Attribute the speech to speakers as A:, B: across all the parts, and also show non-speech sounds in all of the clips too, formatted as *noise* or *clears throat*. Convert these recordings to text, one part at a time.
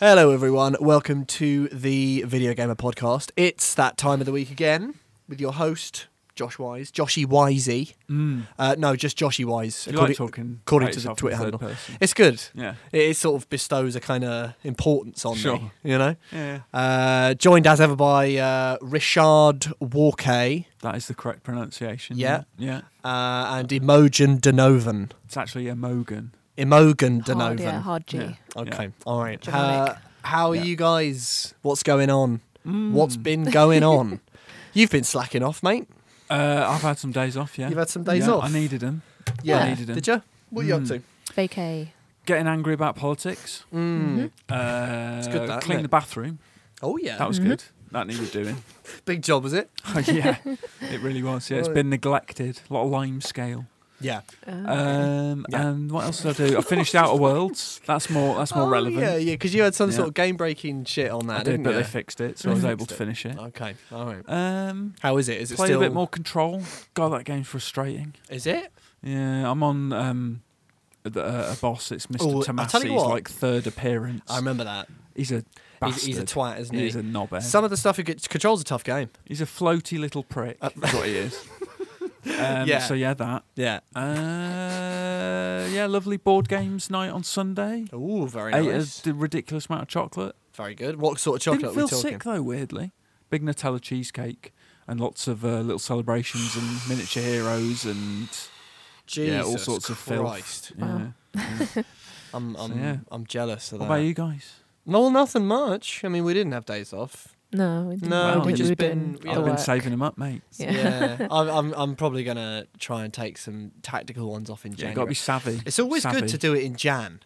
A: Hello, everyone. Welcome to the Video Gamer Podcast. It's that time of the week again with your host, Josh Wise, Joshy Wisey.
B: Mm.
A: Uh, no, just Joshy Wise.
B: You
A: according-
B: like talking
A: according
B: about
A: to the
B: yourself in
A: Twitter
B: third
A: handle.
B: person.
A: It's good.
B: Yeah.
A: It, it sort of bestows a kind of importance on me,
B: Sure.
A: you know?
B: Yeah.
A: Uh, joined as ever by uh, Richard Walker
B: That is the correct pronunciation.
A: Yeah.
B: Yeah.
A: uh, and Imogen Denovan.
B: It's actually Emogan.
A: Imogen
C: Hard,
A: Denovan.
C: yeah, hard G.
B: Yeah.
A: Okay, all right.
C: Germanic.
A: Uh, how are
B: Yeah.
A: you guys? What's going on?
B: Mm.
A: What's been
C: *laughs*
A: going on? You've been slacking off, mate.
B: Uh, I've had some days off, yeah.
A: You've had some days
B: Yeah,
A: off.
B: I needed them.
C: Yeah.
B: I needed them.
A: Did you? What are you up
B: Mm.
A: to?
C: Vacay.
B: Getting angry
A: *laughs*
B: about politics.
A: Mm.
C: Mhm.
B: Uh,
A: good, that,
B: clean
A: innit?
B: the bathroom.
A: Oh yeah,
B: That was
C: Mhm.
B: good. That
A: *laughs*
B: needed doing. *laughs*
A: big job, was it?
B: Oh, yeah, it really was. Yeah, it's
A: Right.
B: been neglected. A lot of lime scale.
A: Yeah.
C: Uh,
B: Um,
A: Yeah.
B: And what else did I do? I finished Outer Worlds. That's more. That's more
A: oh,
B: relevant.
A: Yeah, yeah, because you had some
B: Yeah.
A: sort of game breaking shit on that,
B: I did,
A: didn't
B: but
A: you?
B: they fixed it, so I was
A: Fixed
B: able to
A: it.
B: finish it.
A: okay, all right.
B: Um,
A: How is it? Is it
B: played
A: still
B: a bit more control. God, that game's frustrating.
A: Is it?
B: Yeah, I'm on um, the, uh, a boss. It's Mr.
A: Oh, I tell you
B: Tomasi's
A: what.
B: like third appearance.
A: I remember that.
B: he's a
A: He's,
B: bastard.
A: he's a twat, isn't he?
B: He's a knobhead.
A: some of the stuff he gets, controls a tough game.
B: he's a floaty little prick.
A: Uh,
B: is what
A: *laughs*
B: he is. Um,
A: Yeah.
B: So yeah, that.
A: Yeah.
B: Uh, yeah, lovely board games night on Sunday.
A: Ooh, very
B: Ate
A: nice.
B: a d- ridiculous amount of chocolate.
A: Very good. What sort of chocolate
B: Didn't
A: are
B: feel
A: we talking?
B: sick though. Weirdly, big Nutella cheesecake and lots of uh, little celebrations and miniature heroes and
A: Jesus
B: yeah, all sorts of
A: Christ.
B: filth. Yeah. yeah.
A: I'm, I'm,
B: yeah.
A: I'm jealous of
B: What
A: that.
B: about you guys?
A: No, well, nothing much. I mean, we didn't have days off.
C: No, we didn't.
A: No,
B: we
C: didn't.
A: just
C: were doing
A: been-
C: the
A: Yeah.
B: I've been
C: work.
B: saving them up, mate.
A: Yeah,
C: Yeah. *laughs*
A: I'm, I'm, I'm probably gonna try and take some tactical ones off in
B: Yeah,
A: January.
B: you got to be savvy.
A: it's always
B: savvy.
A: good to do it in Jan.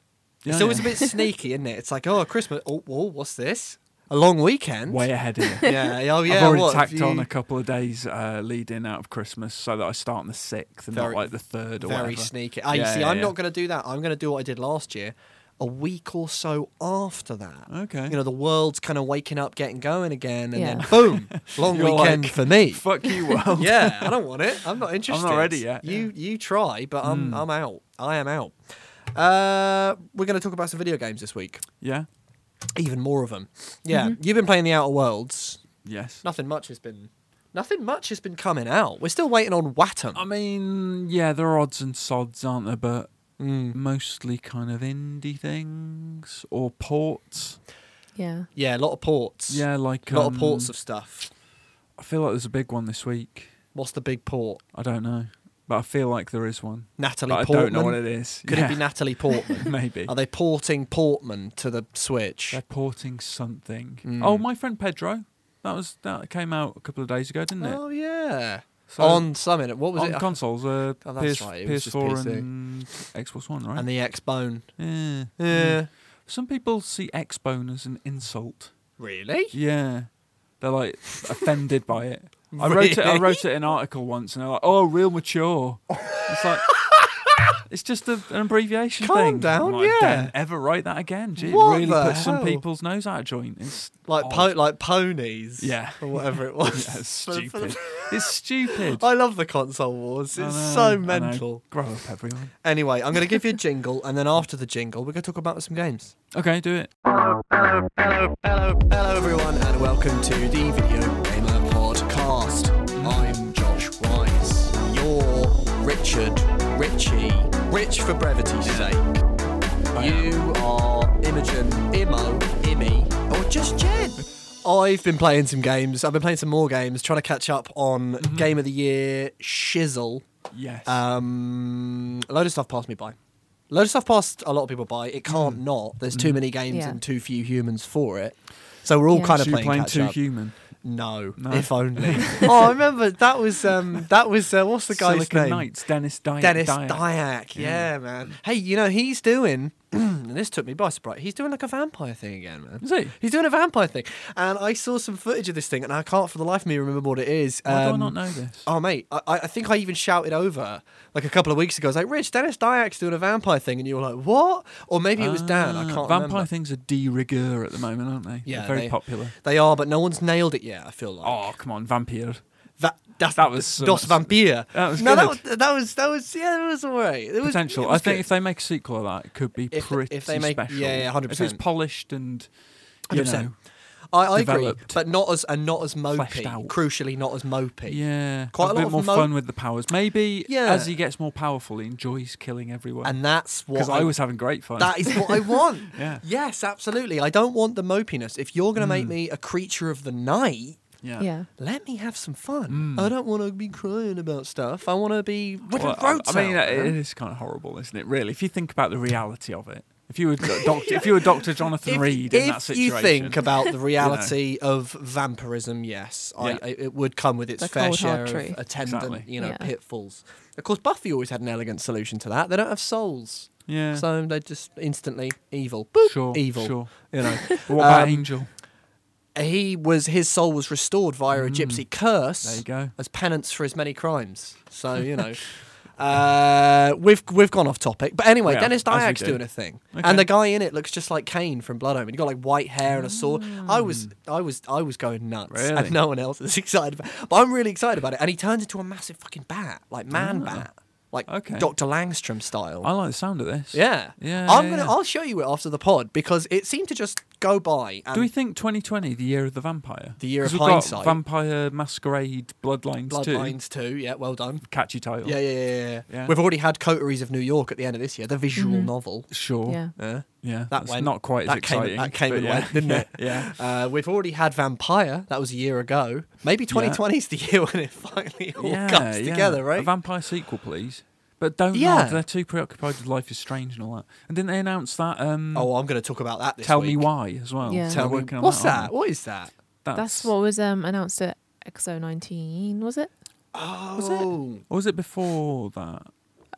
B: Yeah,
A: it's always
B: yeah.
A: a bit sneaky, isn't it? It's like, oh, Christmas. Oh, whoa, what's this? A long weekend.
B: way
A: *laughs*
B: ahead here.
A: Yeah. Oh, yeah.
B: *laughs* I've already
A: what, have
B: tacked on
A: you-
B: a couple of days uh, leading out of Christmas so that I start on the sixth and
A: Very-
B: not like the third or
A: Very
B: whatever.
A: sneaky. I
B: Yeah,
A: see.
B: yeah,
A: I'm
B: yeah.
A: not gonna do that. I'm gonna do what I did last year. A week or so after that.
B: Okay.
A: You know, the world's kind of waking up, getting going again, and
C: Yeah.
A: then
B: *laughs*
A: boom, long
B: You're
A: weekend
B: like,
A: for me.
B: Fuck
A: *laughs*
B: you, *laughs* world.
A: yeah, I don't want it. I'm not interested.
B: ready yet, Hmm.
A: You you try, but I'm I'm out. I am out. Uh, we're going to talk about some video games this week.
B: yeah.
A: Even more of them. Yeah,
B: Mm-hmm.
A: you've been playing the Outer Worlds.
B: Yes.
A: Nothing much has been. Nothing much has been coming out. We're still waiting on Watum.
B: I mean, yeah, there are odds and sods, aren't there? But
A: Mm.
B: mostly kind of indie things or ports.
C: *laughs* Yeah.
A: Yeah, a lot of ports.
B: Yeah, like
A: a lot
B: um,
A: of ports of stuff.
B: I feel like there's a big one this week.
A: What's the big port?
B: I don't know, but I feel like there is one.
A: Natalie
B: But I
A: Portman.
B: don't know what it is.
A: Could
B: yeah,
A: it
B: *laughs*
A: be Natalie Portman?
B: maybe.
A: Are they porting Portman to the Switch?
B: They're porting something.
A: Mm.
B: Oh, my friend Pedro. That was that came out a couple of days ago, didn't it?
A: oh yeah.
B: So,
A: on something. What was
B: on
A: it?
B: consoles, uh,
A: Oh, that's
B: PS,
A: right, it was just
B: PS4
A: PC.
B: and Xbox One, right?
A: and the X Bone.
B: yeah. Mm.
A: Yeah.
B: Some people see Xbone as an insult.
A: Really?
B: Yeah. They're like offended
A: *laughs*
B: by it. I wrote it. I wrote it in an article once, and they're like, "Oh, real mature."
A: *laughs*
B: It's like it's just a, an abbreviation
A: Calm
B: thing.
A: down,
B: I'm like,
A: yeah.
B: Don't ever write that again. Gee, it
A: What
B: really
A: the
B: puts some
A: hell?
B: people's nose out of joint. It's
A: Like
B: odd.
A: po- like ponies.
B: Yeah.
A: Or whatever it
B: *laughs* Yeah,
A: was.
B: *laughs*
A: *laughs*
B: it's
A: For the- for the-
B: stupid.
A: *laughs*
B: it's stupid.
A: I love the console wars. Oh, It's
B: I know, I
A: so
B: know.
A: mental.
B: Grow up, everyone.
A: Anyway, I'm going to give you a jingle, and then after the jingle, we're going to talk about some games.
B: Okay, do it.
A: Hello, hello, everyone, and welcome to the Video Gamer Podcast. I'm Josh Wise. You're Richard Richie, Rich for brevity's sake. You are Imogen, Imo, Immy, or just Jen. I've been playing some games. I've been playing some more games, trying to catch up on Game of the Year Shizzle.
B: Yes.
A: Uh, Um, a load of stuff passed me by. A load of stuff passed a lot of people by. It
B: Hmm.
A: can't not. There's too many games
C: Yeah.
A: and too few humans for it. So we're all
C: Yeah.
A: kind
B: So
A: of
B: you're
A: playing,
B: playing
A: catch
B: too
A: up.
B: human.
A: no,
B: No?
A: if
B: *laughs*
A: only. *laughs* oh, I remember that was um, that was uh, what's the guy's
B: Silicon
A: name?
B: Knights, Dennis Dyack.
A: Dennis
B: Dyack.
A: Dyack. Yeah. man. Hey, you know he's doing. *clears throat* and this took me by surprise. He's doing like a vampire thing again, man.
B: Is he?
A: He's doing a vampire thing, and I saw some footage of this thing, and I can't for the life of me remember what it is.
B: Why do I
A: Um,
B: not know this?
A: Oh mate, I, I I think I even shouted over like a couple of weeks ago. I was like, "Rich, Dennis Dyack's doing a vampire thing," and you were like, "What?" Or maybe it was Dan. I
B: Ah,
A: can't
B: Vampire
A: remember.
B: things are de rigueur at the moment, aren't they? They're
A: Yeah,
B: very
A: they-
B: popular.
A: They are, but no one's nailed it yet. I feel like
B: Oh, come on, vampire.
A: that. Das,
B: That was some-
A: Dos Vampire.
B: That was
A: no,
B: good.
A: That, was- that was that was yeah, that was all right. It was
B: potential.
A: It was
B: I think
A: good.
B: if they make a sequel of that, it could be
A: If-
B: pretty
A: if they make-
B: special.
A: yeah, yeah,
B: If it's
A: 100%.
B: polished and you
A: 100%.
B: know,
A: I, I agree,
B: developed.
A: but not as and not as mopey.
B: Fleshed out.
A: Crucially, not as mopey.
B: yeah,
A: Quite
B: have
A: a lot
B: a bit
A: of
B: more
A: mo-
B: fun with the powers. Maybe
A: Yeah.
B: as he gets more powerful, he enjoys killing everyone.
A: and that's what
B: because I was having great fun.
A: That is what I want.
B: *laughs* Yeah. Hmm.
A: Yes, absolutely. I don't want the mopiness. If you're going to make me a creature of the night,
B: yeah.
C: yeah.
A: let me have some
B: Hmm.
A: fun. I don't want to be crying about stuff. I want to be with
B: Well,
A: the
B: I,
A: roads
B: I mean,
A: out,
B: it-
A: man.
B: it is kind of horrible, isn't it? Really, if you think about the reality of it, if you were doctor, if you were Doctor
A: *laughs*
B: Jonathan
A: if,
B: Reed in
A: if
B: that situation, *laughs*
A: you think about the reality of vampirism, yes, I,
B: Yeah.
A: I, it would come with its
C: The
A: fair
C: cold,
A: share
C: hard
A: of
C: truth.
A: attendant,
B: Exactly.
A: you know,
C: Yeah.
A: pitfalls. Of course, Buffy always had an elegant solution to that. They don't have souls,
B: yeah,
A: so they just instantly evil. Boop,
B: sure,
A: evil.
B: sure.
A: You know,
B: But what about
A: Um,
B: Angel?
A: he was his soul was restored via a
B: Mm.
A: gypsy curse
B: There you go.
A: as penance for his many crimes. So you
B: *laughs*
A: know, uh, we've we've gone off topic, but anyway,
B: Yeah,
A: Dennis
B: as we
A: Dyak's
B: do.
A: doing a thing,
B: Okay.
A: and the guy in it looks just like Kane from Blood Omen. He got like white hair and a sword. I was I was I was going nuts,
B: Mm. Really?
A: and no one else is *laughs* excited. About But I'm really excited about it, and he turns into a massive fucking bat, like man
B: Ah.
A: bat, like
B: Okay.
A: Doctor Langstrom style.
B: I like the sound of this.
A: yeah,
B: yeah.
A: I'm
B: yeah,
A: gonna.
B: yeah.
A: I'll show you it after the pod because it seemed to just go by. And
B: Do we think 2020 the year of the vampire?
A: The year
B: 'Cause
A: of
B: we've
A: hindsight.
B: Got Vampire Masquerade Bloodlines, too.
A: Bloodlines too. Yeah, well done.
B: Catchy title.
A: Yeah, yeah, yeah, yeah.
B: Yeah.
A: We've already had Coteries of New York at the end of this year, the visual
B: Mm-hmm.
C: Mhm.
A: novel.
B: Sure.
C: Yeah.
A: Yeah.
B: Yeah,
A: That
B: that's
A: went-
B: not quite as
A: that came-
B: exciting.
A: that came
B: but
A: and
B: yeah,
A: went, didn't
B: yeah,
A: it?
B: *laughs* Yeah.
A: Uh, we've already had Vampire. That was a year ago. Maybe 2020 is the *laughs* year when it finally *laughs* all
B: yeah,
A: comes
B: yeah.
A: together,
B: A
A: right?
B: vampire sequel, please. But don't
A: Yeah.
B: nod. They're too preoccupied with Life is Strange and all that. And didn't they announce that? Um,
A: oh, I'm going to talk about that this
B: Tell
A: week.
B: Me Why as well.
C: Yeah.
B: They're
A: Tell me.
B: working on
A: What's
B: that,
A: that?
B: aren't
A: What is that?
B: they?
C: That's what was um announced at XO19, was it?
A: Oh,
B: Or was it before that?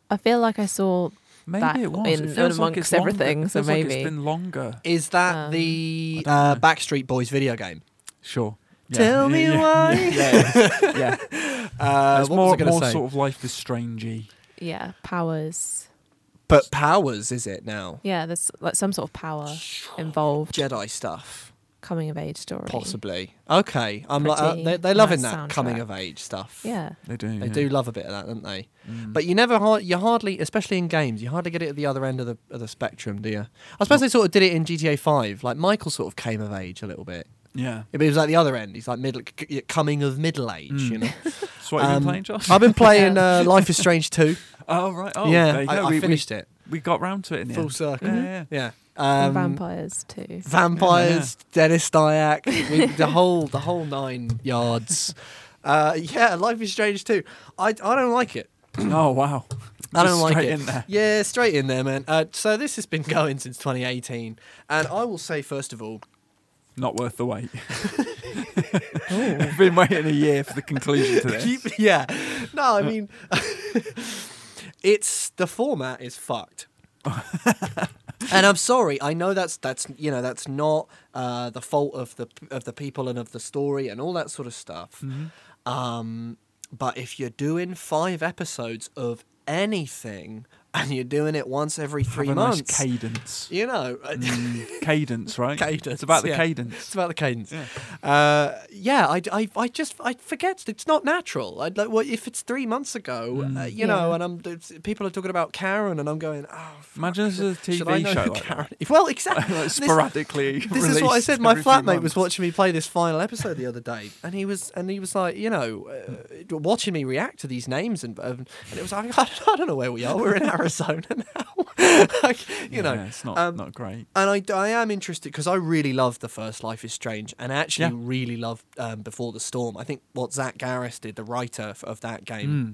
C: I feel like I saw
B: Maybe
C: That
B: it was.
C: in-
B: it feels like
C: amongst
B: it's longer.
C: everything,
B: It
C: so
B: feels like
C: maybe.
B: it's been longer.
A: is that
C: Um,
A: the
B: I don't
A: uh,
B: know.
A: Backstreet Boys video game?
B: Sure. Yeah,
A: Tell
B: yeah,
A: me
B: yeah,
A: why.
B: *laughs* Yeah. yeah.
A: *laughs* Uh,
B: It's
A: what
B: more,
A: was I gonna
B: more
A: say?
B: sort of life is strangey.
C: yeah, powers.
A: But powers is it now?
C: Yeah, there's like some sort of power involved
A: Jedi stuff.
C: coming of age story.
A: Possibly. Okay. I'm like, uh,
C: Pretty
A: they, they're loving
C: nice
A: that coming
C: soundtrack.
A: of age stuff.
C: Yeah.
B: They do.
A: They
B: yeah.
A: do love a bit of that, don't they?
B: Mm.
A: But you never, har- you hardly, especially in games, you hardly get it at the other end of the of the spectrum, do you? I suppose they sort of did it in GTA Five. Like Michael sort of came of age a little bit.
B: yeah.
A: It was like the other end. He's like middle, c- c- coming of middle age. You
B: Mm.
A: know.
B: So *laughs* what have
A: Um,
B: you been playing, Josh?
A: I've been playing uh, Life is Strange Two.
B: *laughs* oh right. *laughs* Oh
A: yeah,
B: There you go.
A: I, I
B: we,
A: finished it.
B: we, we got round to it in the
A: Full
B: end.
A: circle.
B: Yeah, yeah.
A: Yeah.
C: And
A: Um,
C: vampires too.
A: vampires, Dennis Dyack, we- the whole the whole nine yards. Uh, yeah, Life is Strange too. I I don't like it.
B: Oh wow.
A: Mm-hmm. *laughs* I don't
B: Just
A: like
B: straight
A: it.
B: In there.
A: Yeah, straight in there, man. Uh, so this has been going since 2018, and I will say first of all,
B: Not worth
A: *laughs*
B: the wait. *laughs* I've been waiting a year for the conclusion to
A: *laughs*
B: this. *laughs*
A: keep- yeah, no, I mean, *laughs* it's the format is
B: *laughs*
A: fucked. and I'm sorry. I know that's that's you know that's not uh, the fault of the of the people and of the story and all that sort of stuff.
B: Mm-hmm.
A: Um, but if you're doing five episodes of anything and you're doing it once every three
B: Have a nice
A: months, *laughs*
B: cadence.
A: you know,
B: Mm, cadence, right?
A: Cadence,
B: It's about the
A: yeah. *laughs*
B: cadence.
A: It's about the cadence.
B: Yeah.
A: Uh, yeah, I, I, I just I forget it's not natural. I like well, if it's three months ago, uh,
B: Mm.
A: you know,
C: Yeah.
A: and I'm it's- people are talking about Karen, and I'm going, oh, fuck,
B: Imagine this is a
A: should I
B: TV
A: know
B: show
A: who
B: like that.
A: Karen? is?"
B: *laughs*
A: Well, exactly.
B: Like
A: This- *laughs*
B: sporadically.
A: this is what I
B: released
A: said. My
B: every few
A: flatmate was
B: months.
A: watching me play this final episode the other day, and he was and he was like, you know, uh, watching me react to these names, and um, and it was like, *laughs* I don't, I don't know where we are. We're in Arizona *laughs* now, *laughs* like, you know.
B: Yeah, it's not
A: um,
B: not great.
A: And I, I am interested because I really love the first Life is Strange and actually
B: Yeah.
A: really love um, Before the Storm. I think what Zach Garris did, the writer f- of that game,
B: Mm.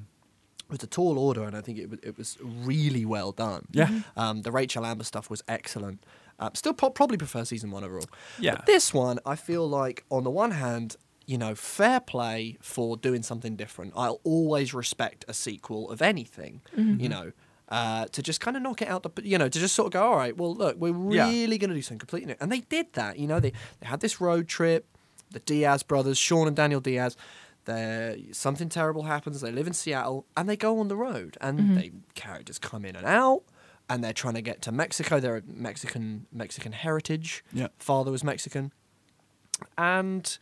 A: was a tall order and I think it, wa- it was really well done.
B: Yeah.
A: Um, the Rachel Amber stuff was excellent. Uh, still pro- probably prefer season one overall.
B: Yeah.
A: But this one, I feel like, on the one hand, you know, fair play for doing something different. I'll always respect a sequel of anything, you know, uh, to just kind of knock it out, the, you know, to just sort of go, all right, well, look, we're
B: Yeah.
A: really going to do something completely new. And they did that, you know, they, they had this road trip, the Diaz brothers, Sean and Daniel Diaz. They're, something terrible happens. They live in Seattle and they go on the road, and
B: Mm-hmm.
A: they characters come in and out, and they're trying to get to Mexico. They're Mexican Mexican heritage
B: Yeah.
A: father was Mexican. And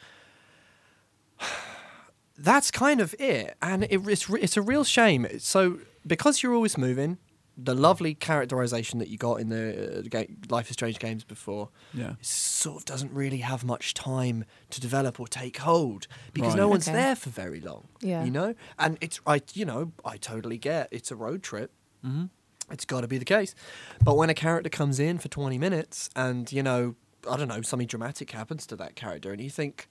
A: that's kind of it, and it, it's re- it's a real shame. So because you're always moving, the lovely characterization that you got in the uh, ga- Life is Strange games before
B: Yeah.
A: sort of doesn't really have much time to develop or take hold because no
B: Right.
A: one's
C: Okay.
A: there for very long.
C: Yeah.
A: you know, and it's I you know I totally get it's a road trip.
B: Mm-hmm.
A: It's got to be the case. But when a character comes in for 20 minutes and, you know, I don't know, something dramatic happens to that character and you think,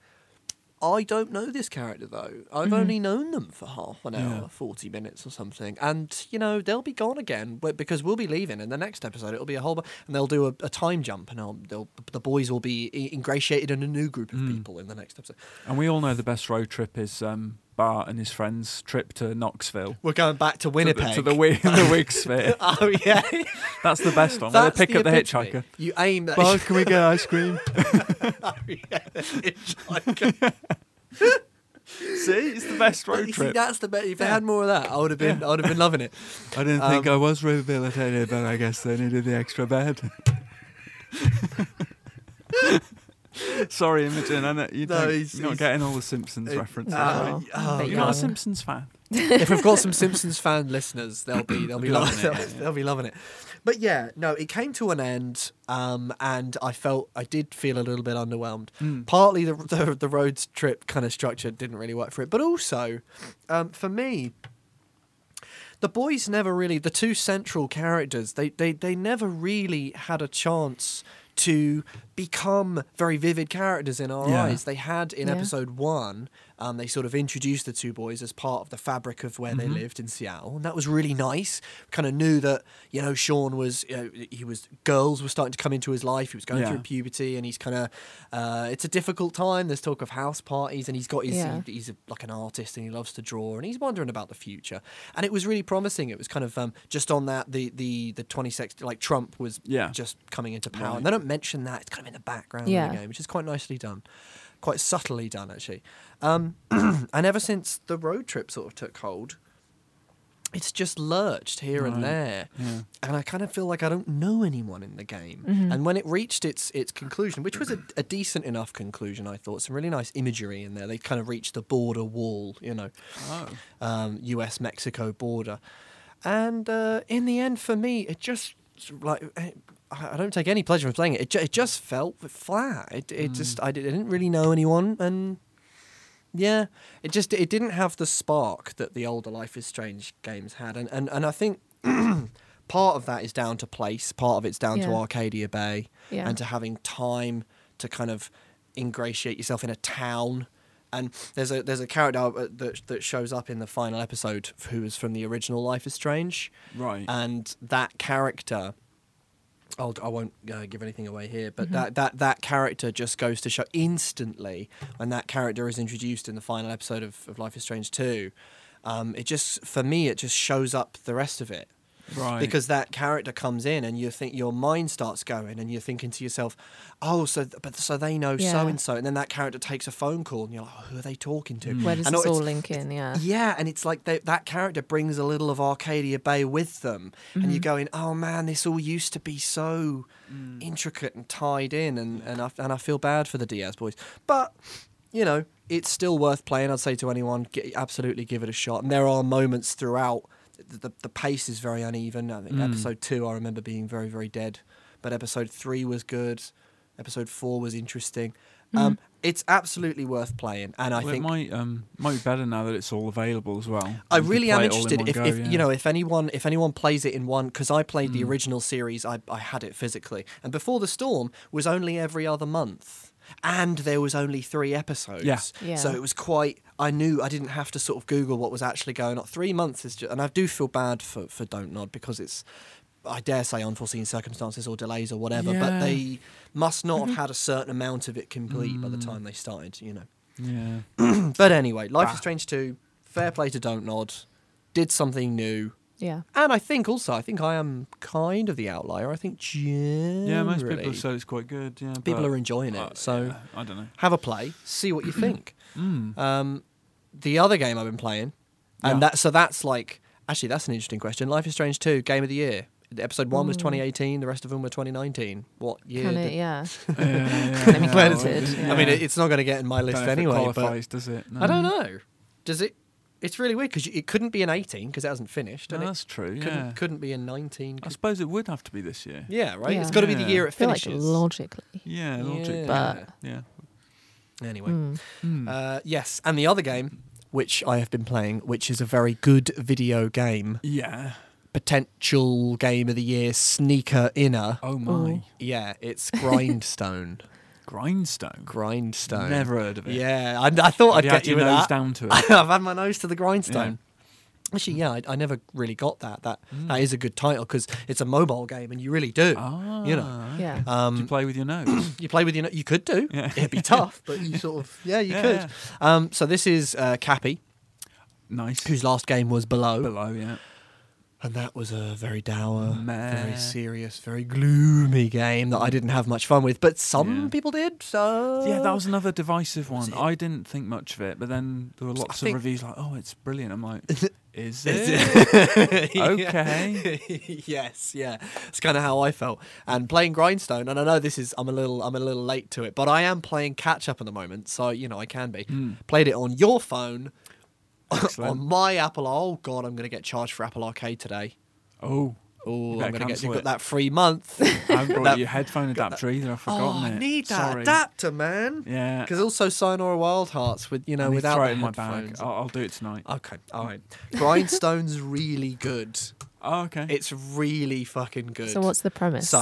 A: I don't know this character though. I've only known them for half an hour,
B: Mm-hmm. Yeah.
A: 40 minutes or something. And, you know, they'll be gone again but because we'll be leaving and the next episode it'll be a whole bu- and they'll do a, a time jump and I'll, they'll, the boys will be i- ingratiated in a new group of
B: Mm.
A: people in the next episode.
B: And we all know the best road trip is um, Bart and his friends' trip to Knoxville.
A: We're going back to Winnipeg.
B: To the, to the, wi- *laughs* the Whig sphere.
A: *laughs* Oh
B: *laughs*
A: yeah,
B: That's the best one. Where they
A: That's
B: pick up the
A: epitome.
B: hitchhiker.
A: You aim *laughs* that.
B: Bart, can we get
A: *laughs*
B: ice cream? *laughs*
A: hitchhiker.
B: See, it's the best
A: But
B: road
A: you see,
B: trip.
A: that's the bet. If they
B: Yeah.
A: had more of that, I would have been. I would have been loving it.
B: I didn't
A: think
B: I was rehabilitated, but I guess they needed the extra bed. *laughs* Sorry, Imogen, I know, you
A: No,
B: don't,
A: he's-
B: you're not
A: he's-
B: getting all the Simpsons
A: it-
B: references.
A: Ah,
B: are
C: Oh,
B: you?
A: oh,
C: but
B: You're not
A: yeah.
B: a Simpsons fan.
A: if we've got some Simpsons fan listeners, they'll be they'll be
B: Be
A: loving
B: loving
A: it.
B: it,
A: They'll, be loving it. But yeah, no, it came to an end, um, and I felt I did feel a little bit underwhelmed. Partly the the, the road trip kind of structure didn't really work for it, but also um, for me. The boys never really, the two central characters, they, they, they never really had a chance to become very vivid characters in our
B: Yeah.
A: eyes. They had in
C: Yeah.
A: episode one, um, they sort of introduced the two boys as part of the fabric of where they
B: Mhm.
A: lived in Seattle, and that was really nice. Kind of knew that you know Sean was you know, he was girls were starting to come into his life. He was going
B: Yeah.
A: through puberty, and he's kind of uh, it's a difficult time. There's talk of house parties, and he's got his
C: Yeah.
A: he- he's a, like an artist and he loves to draw, and he's wondering about the future. And it was really promising. It was kind of um, just on that the the the 26 like Trump was
B: Yeah.
A: just coming into power,
B: Right.
A: and they don't mention that. It's kind of in the background of
C: Yeah.
A: the game, which is quite nicely done, quite subtly done actually. Um, *clears throat* and ever since the road trip sort of took hold, it's just lurched here and
B: Right.
A: there.
B: Yeah.
A: And I kind of feel like I don't know anyone in the game. And when it reached its its conclusion, which was a, a decent enough conclusion, I thought, some really nice imagery in there. They kind of reached the border wall, you know,
B: Oh.
A: um, US Mexico border. And uh, in the end, for me, it just like I I don't take any pleasure in playing it. It, ju- it just felt flat. It, it
B: Mm.
A: just I, did, I didn't really know anyone, and yeah, it just it didn't have the spark that the older Life is Strange games had, and and, and I think *clears throat* part of that is down to place, part of it's down to
C: Yeah.
A: Arcadia Bay,
C: Yeah.
A: and to having time to kind of ingratiate yourself in a town. And there's a there's a character uh, that that shows up in the final episode who is from the original Life is Strange,
B: Right.
A: and that character I'll, I won't uh, give anything away here, but that, that, that character just goes to show instantly when that character is introduced in the final episode of, of Life is Strange 2. Um, it just, for me, it just shows up the rest of it
B: right.
A: because that character comes in and you think your mind starts going and you're thinking to yourself oh so th- but so they know
C: Yeah.
A: so and so and then that character takes a phone call and you're like oh, who are they talking to
C: Where does
A: And
C: this
A: it's-
C: all link in? Yeah.
A: yeah, and it's like they, that character brings a little of Arcadia Bay with them, and you're going, "Oh man, this all used to be so Mm. intricate and tied in," and and I, and I feel bad for the Diaz boys, but you know, it's still worth playing. I'd say to anyone, g absolutely give it a shot. And there are moments throughout. The, the, the pace is very uneven. I think episode two, I remember being very very dead, but episode three was good. Episode four was interesting. Um, it's absolutely worth playing, and I
B: Well,
A: think
B: it might um, might be better now that it's all available as well.
A: I
B: You can
A: really am
B: play it all in
A: interested
B: one
A: if,
B: go,
A: if
B: yeah. Mm.
A: you know if anyone if anyone plays it in one because I played the original series I, I had it physically and before the storm was only every other month and there was only three episodes
B: Yeah.
C: Yeah.
A: so it was quite I knew I didn't have to sort of Google what was actually going on three months is just, and I do feel bad for for Don't Nod because it's I dare say unforeseen circumstances or delays or whatever but
B: Yeah.
A: they must not have had a certain amount of it complete by the
B: Mm.
A: time they started you know
B: Yeah.
A: but anyway, Life
B: Ah.
A: is Strange 2, fair play to Don't Nod, did something new.
C: Yeah.
A: And I think also, I think I am kind of the outlier. I think generally.
B: Yeah, most people have said it's quite good. Yeah,
A: people
B: but-
A: are enjoying it.
B: Uh,
A: so
B: yeah, I don't know.
A: have a play, see
B: *clears throat*
A: what you think. *laughs*
B: Mm.
A: um, the other game I've been playing, and
B: Yeah.
A: that so that's like, actually, that's an interesting question. Life is Strange 2, game of the year. Episode 1 was 2018, the rest of them were 2019. What year?
C: Can
A: *laughs* did-
C: it? Mm. Yeah.
B: Yeah, yeah,
C: Let me
B: yeah,
A: Where
C: count
A: does-
C: it,
B: yeah.
A: I mean, it- it's not going to get in my list
B: Don't know if it
A: anyway, but
B: qualifies, does it?
A: I don't know. Does it? It's really weird because it couldn't be an 18 because it hasn't finished.
B: No,
A: and it
B: that's true.
A: couldn't,
B: Yeah.
A: couldn't be a 19.
B: I
A: could-
B: suppose it would have to be this year.
A: yeah, right. It's
C: Yeah.
A: got to be the
B: Yeah.
A: year
C: I
A: it
C: feel like
A: finishes.
C: logically.
B: Yeah, logic.
C: But-
B: yeah.
A: Anyway,
C: Mm.
B: Hmm.
A: uh, yes, and the other game which I have been playing, which is a very good video game,
B: yeah.
A: potential game of the year sneaker inner.
B: Oh my.
A: Yeah, it's Grindstone. *laughs*
B: Grindstone.
A: Grindstone.
B: Never heard of it.
A: Yeah, I, I thought
B: Have
A: I'd
B: you
A: get
B: had
A: you
B: your
A: with
B: nose
A: that.
B: down to it.
A: I've had my nose to the grindstone. Actually, yeah, I, I never really got that. That
B: Mm.
A: that is a good title because it's a mobile game, and you really do.
B: Ah.
A: *laughs* You know.
C: Yeah.
B: Do you
A: Um,
B: play with your nose?
A: you play with your. You could do.
B: *laughs* Yeah.
A: It'd be tough, but you sort of. Yeah, you
B: Yeah,
A: could.
B: yeah.
A: Um, so this is uh, Cappy,
B: nice.
A: whose last game was Below,
B: below? Yeah.
A: and that was a very dour, very
B: Meh.
A: serious, very gloomy game that I didn't have much fun with. But some
B: Yeah.
A: people did. So
B: Yeah, that was another divisive one.
A: it?
B: I didn't think much of it, but then there were lots of
A: think-
B: reviews like, "Oh, it's brilliant." I'm like, "Is
A: Is
B: it?" *laughs*
A: *laughs* okay. *laughs* yes, yeah. It's kind of how I felt. And playing Grindstone, and I know this is I'm a little I'm a little late to it, but I am playing catch up at the moment, so you know I can be.
B: Hmm.
A: Played it on your phone, on
B: Excellent.
A: my Apple. Oh God, I'm going to get charged for Apple Arcade today.
B: oh,
A: Oh,
B: better
A: I'm going to get
B: cancel
A: you got
B: it.
A: that free
B: *laughs*
A: month.
B: I haven't brought
A: That-
B: your headphone adapter either. I've forgotten
A: oh,
B: it.
A: I need that
B: Sorry.
A: adapter, man.
B: Yeah.
A: Because also Sonora Wild Hearts with you
B: I
A: know
B: need to
A: uh, without
B: throw
A: the
B: it in my bag. Oh.
A: headphones. Uh,
B: I'll, I'll do it tonight.
A: Okay, all right. Grindstone's really good.
B: Oh, okay.
A: It's really fucking good.
C: So what's the premise?
A: So,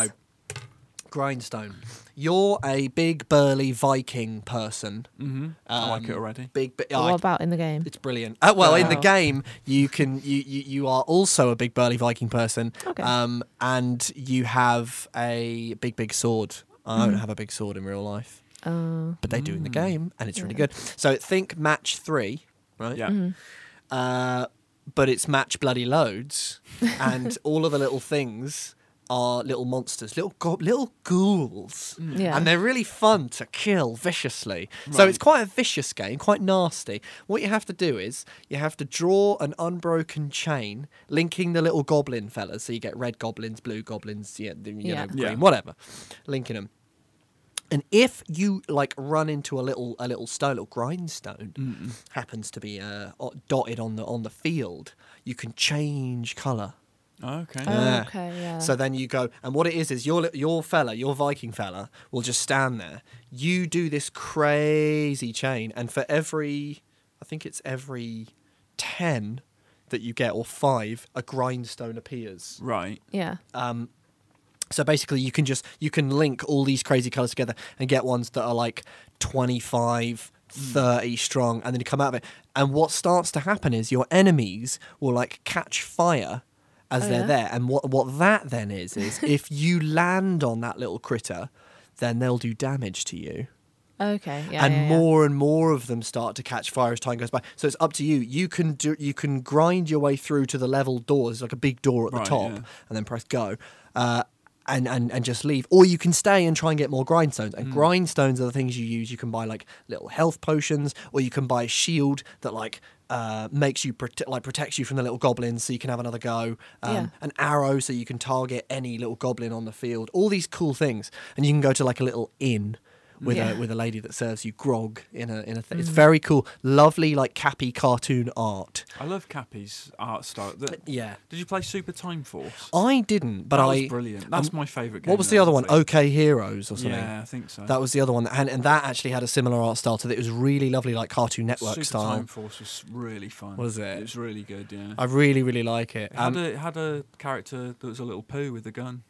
A: Grindstone, you're a big burly Viking person.
B: hmm I
A: um,
B: like it already.
A: Big, bi-
C: But
A: I-
C: what about in the game?
A: it's brilliant. Uh, well, in the
C: Wow.
A: game, you can you, you you are also a big burly Viking person.
C: Okay.
A: Um, and you have a big big sword. I
C: Mm.
A: don't have a big sword in real life,
C: Uh,
A: but they do in the game, and it's really
C: Yeah.
A: good. So think match three, right?
B: Yeah.
A: Uh, but it's match bloody loads, and all of the little things are little monsters, little go- little ghouls,
C: Yeah.
A: and they're really fun to kill viciously. So it's quite a vicious game, quite nasty. What you have to do is you have to draw an unbroken chain linking the little goblin fellas, so you get red goblins, blue goblins, yeah, you
C: Yeah.
A: know, green,
B: Yeah.
A: whatever, linking them. And if you like run into a little a little stone, a little grindstone happens to be uh, o- dotted on the on the field, you can change color.
B: Oh, okay.
C: Oh,
A: Yeah.
C: okay, yeah.
A: So then you go, and what it is is your li- your fella, your Viking fella, will just stand there. You do this crazy chain, and for every, I think it's every ten that you get or five, a grindstone appears.
B: right.
C: yeah.
A: Uh, So basically, you can just you can link all these crazy colors together and get ones that are like 25,
C: Hmm.
A: 30 strong, and then you come out of it. And what starts to happen is your enemies will like catch fire as
C: Oh,
A: they're
C: yeah?
A: there. And what what that then is
C: *laughs*
A: is if you land on that little critter, then they'll do damage to you
C: okay. Yeah.
A: and
C: yeah, yeah.
A: more and more of them start to catch fire as time goes by. So it's up to you. You can do you can grind your way through to the level doors, like a big door at the
B: Right,
A: top,
B: yeah.
A: and then press go. Uh, and, and, and just leave. Or you can stay and try and get more grindstones.
C: Mm.
A: And grindstones are the things you use. You can buy like little health potions, or you can buy a shield that like uh, makes you prote- like protects you from the little goblins, so you can have another go. Um,
C: Yeah.
A: An arrow, so you can target any little goblin on the field. All these cool things, and you can go to like a little inn with
C: Yeah.
A: a with a lady that serves you grog in a in a thing. It's
B: Mm.
A: very cool, lovely like cappy cartoon art.
B: I love Cappy's art style. The-
A: Yeah,
B: Did you play Super Time Force?
A: I didn't, but
B: that
A: I um,
B: was brilliant. That's my favourite game.
A: what was the
B: though,
A: other
B: I
A: one?
B: think.
A: OK Heroes or something.
B: Yeah, I think so.
A: That was the other one, and and that actually had a similar art style to that. It was really lovely, like Cartoon Network
B: Super
A: style.
B: Time Force was really fun.
A: Was it?
B: It was really good. Yeah.
A: I really really like it.
B: It
A: Um,
B: had, a, it had a character that was a little poo with a gun.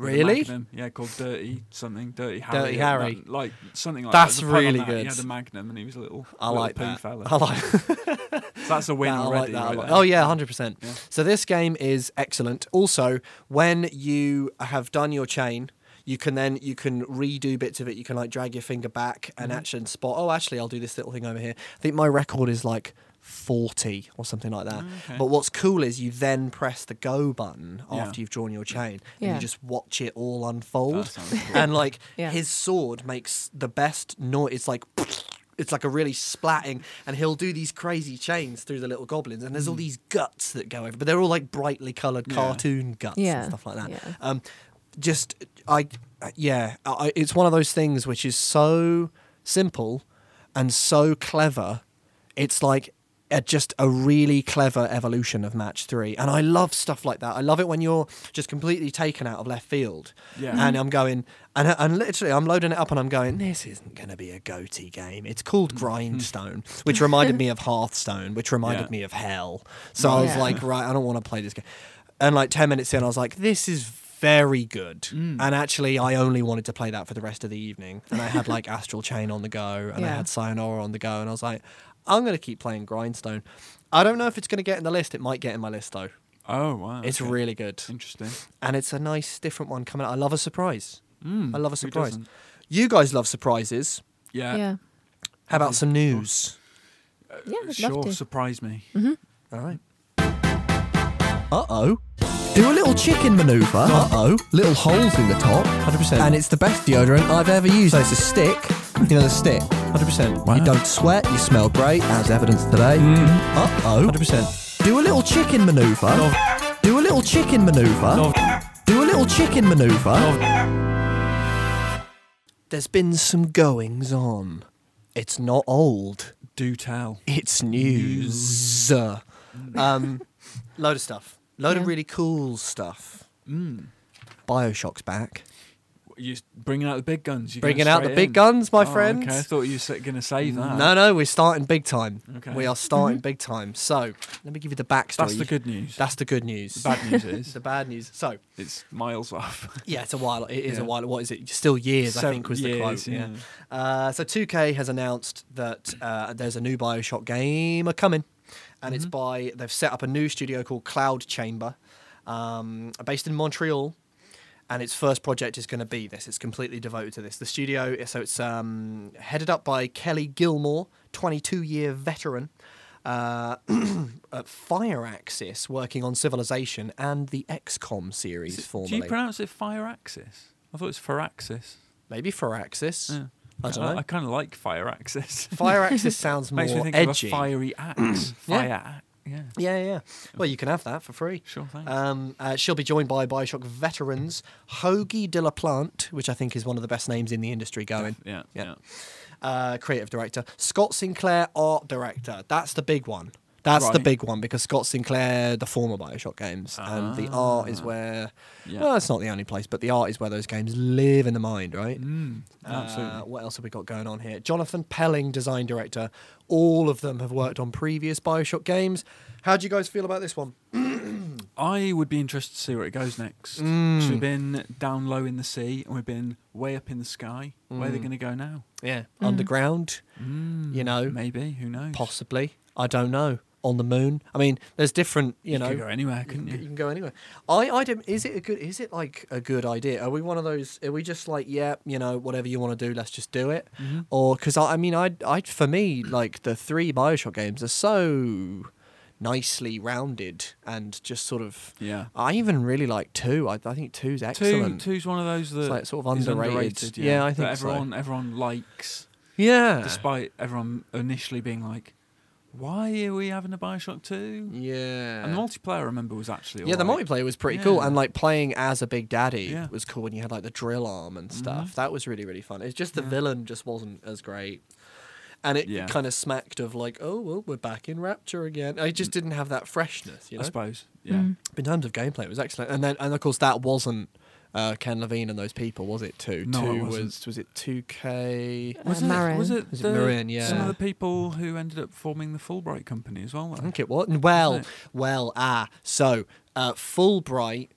B: With a
A: Really?
B: magnum. Yeah, called Dirty something. Dirty Harry.
A: Dirty
B: or
A: Harry.
B: that- like something like
A: That's
B: that. There's a pun on
A: really
B: that.
A: good.
B: He had a magnum and he was a little,
A: I
B: little
A: like
B: poo
A: that. *laughs*
B: fella.
A: I like
B: So that's a win
A: that, I like
B: already.
A: that a
B: right
A: lot.
B: there.
A: Oh yeah, hundred percent.
B: Yeah.
A: So this game is excellent. Also, when you have done your chain, you can then you can redo bits of it. You can like drag your finger back and
B: Mm-hmm.
A: actually spot. Oh, actually, I'll do this little thing over here. I think my record is like. 40 or something like that. But what's cool is you then press the go button
B: Yeah. Mm.
A: after you've drawn your chain and
C: Yeah.
A: you just watch it all unfold.
B: That sounds cool.
A: *laughs* And like
C: Yeah.
A: his sword makes the best noise. It's like it's like a really splatting, and he'll do these crazy chains through the little goblins. And
C: Mm.
A: there's all these guts that go over, but they're all like brightly coloured
B: Yeah.
A: cartoon guts
C: Yeah,
A: and stuff like that.
C: yeah.
A: Um, just I, yeah, I, it's one of those things which is so simple and so clever. It's like a, just a really clever evolution of match three. And I love stuff like that. I love it when you're just completely taken out of left field.
B: Yeah.
A: And I'm going, and, and literally, I'm loading it up and I'm going, this isn't going to be a goatee game. It's called
B: Mm.
A: Grindstone, which reminded me of Hearthstone, which reminded
B: Yeah.
A: me of Hell. So I was
C: Yeah.
A: like, right, I don't want to play this game. And like 10 minutes in, I was like, this is very good.
B: Mm.
A: And actually, I only wanted to play that for the rest of the evening. And I had like *laughs* Astral Chain on the go and I
C: Yeah.
A: had Sayonara on the go. And I was like, I'm going to keep playing Grindstone. I don't know if it's going to get in the list. It might get in my list though.
B: Oh wow,
A: It's
B: okay.
A: really good.
B: interesting.
A: And it's a nice, different one coming out. I love a surprise.
B: Mm,
A: I love a
B: who
A: surprise.
B: doesn't?
A: You guys love surprises.
B: Yeah,
C: yeah.
A: How about some news?
C: Yeah, I'd love
B: sure.
C: to. Mm-hmm.
B: Surprise me.
A: All right. Uh oh. Do a little chicken maneuver. Uh oh. Little holes in the top.
D: 100%.
A: And it's the best deodorant I've ever used. So it's a stick. You know the stick.
D: 100%.
A: You don't sweat. You smell great, as evidenced today.
B: Hmm.
A: Uh oh.
D: 100%.
A: Do a little chicken maneuver. Do a little chicken maneuver. Do a little chicken maneuver. There's been some goings on. It's not old.
B: Do tell.
A: It's news. Um, load of stuff. Load of
C: Yeah.
A: really cool stuff. Bioshock's back.
B: Hmm. You bringing out the big guns. You're going
A: Bringing out the
B: straight
A: big
B: in.
A: guns, my
B: Oh,
A: friend.
B: Okay, I thought you were going to say that.
A: No, no, we're starting big time.
B: Okay. Mm-hmm.
A: We are starting big time. So let me give you the backstory.
B: that's the good news.
A: That's the good news.
B: the
A: *laughs*
B: bad news is
A: the bad news. So
B: it's miles off.
A: yeah, it's a while. It is a
B: Yeah.
A: while. What is it? Still years, I
B: Seven
A: think, was the
B: years,
A: quote. Yeah.
B: yeah. mm.
A: Uh, so 2K has announced that uh, there's a new Bioshock game a coming, and it's
B: Mm-hmm.
A: by they've set up a new studio called Cloud Chamber, um, based in Montreal, and its first project is going to be this. It's completely devoted to this. The studio, so it's um, headed up by Kelly Gilmore, 22 year veteran. Uh, *clears throat* at Fire Axis, working on Civilization and the XCOM series,
B: Is it-
A: formerly.
B: Do you pronounce it fire axis? I thought it's Firaxis.
A: Maybe Firaxis.
B: Yeah.
A: I don't
B: *laughs*
A: know.
B: I kind of like fire axis.
A: Firaxis sounds more
B: *laughs* Makes me think
A: edgy.
B: of a
A: *clears throat*
B: fiery axe.
A: Yeah.
B: fire axe. Yeah.
A: Yeah, yeah, yeah. Well, you can have that for free.
B: Sure, thanks.
A: Um, uh, she'll be joined by Bioshock veterans Hoagie de la Plante, which I think is one of the best names in the industry going.
B: yeah,
A: yeah.
B: yeah.
A: Uh, creative director Scott Sinclair, art director. That's the big one. That's the
B: Right.
A: big one because Scott Sinclair, the former Bioshock games, and the art is where.
B: Yeah.
A: Well, it's not the only place, but the art is where those games live in the mind, right?
B: Mm,
A: Uh,
B: absolutely.
A: what else have we got going on here? Jonathan Pelling, design director. All of them have worked on previous Bioshock games. How do you guys feel about this one?
B: I would be interested to see where it goes next.
A: Mm.
B: 'Cause We've been down low in the sea and we've been way up in the sky. Where are
A: Mm.
B: they going to go now?
A: Yeah. Underground,
B: Mm,
A: you know,
B: maybe. Who knows?
A: possibly. I don't know. On the moon. I mean, there's different, you,
B: You
A: know.
B: could go anywhere,
A: you,
B: couldn't
A: can, you
B: you?
A: can go anywhere. I, I don't. Is it a good? Is it like a good idea? Are we one of those? Are we just like, yeah, you know, whatever you want to do, let's just do it?
B: Mm-hmm.
A: Or because I, I mean, I, I, for me, like the three Bioshock games are so nicely rounded and just sort of.
B: Yeah.
A: I even really like two. I, I think two's
B: Two,
A: excellent.
B: two's one of those that
A: like sort of
B: is
A: underrated.
B: underrated,
A: Yeah, I
B: that
A: think so.
B: everyone everyone likes,
A: Yeah.
B: despite everyone initially being like, "Why are we having a Bioshock 2?
A: yeah.
B: And the multiplayer, I remember, was actually
A: yeah, the
B: alright.
A: multiplayer was pretty cool,
B: Yeah.
A: and like playing as a big daddy
B: Yeah. Mm-hmm.
A: was cool. And you had like the drill arm and stuff. That was really really fun. It's just the villain just wasn't as great, and it
B: Yeah.
A: kind of smacked of like, oh well, we're back in Rapture again. I just didn't have that freshness, you know.
B: Mm. I suppose. Yeah.
A: In terms of gameplay, it was excellent, and then and of course that wasn't uh, Ken Levine and those people, was it? Two,
B: No,
A: two
B: it wasn't.
A: was was it two K?
C: Uh, Marin.
B: was it
A: Was it
B: the-
A: Marin?
B: some
A: Yeah.
B: of the people who ended up forming the Fulbright company as well?
A: I
B: though?
A: think it was. Well,
B: Wasn't it?
A: well, ah. So uh, Fulbright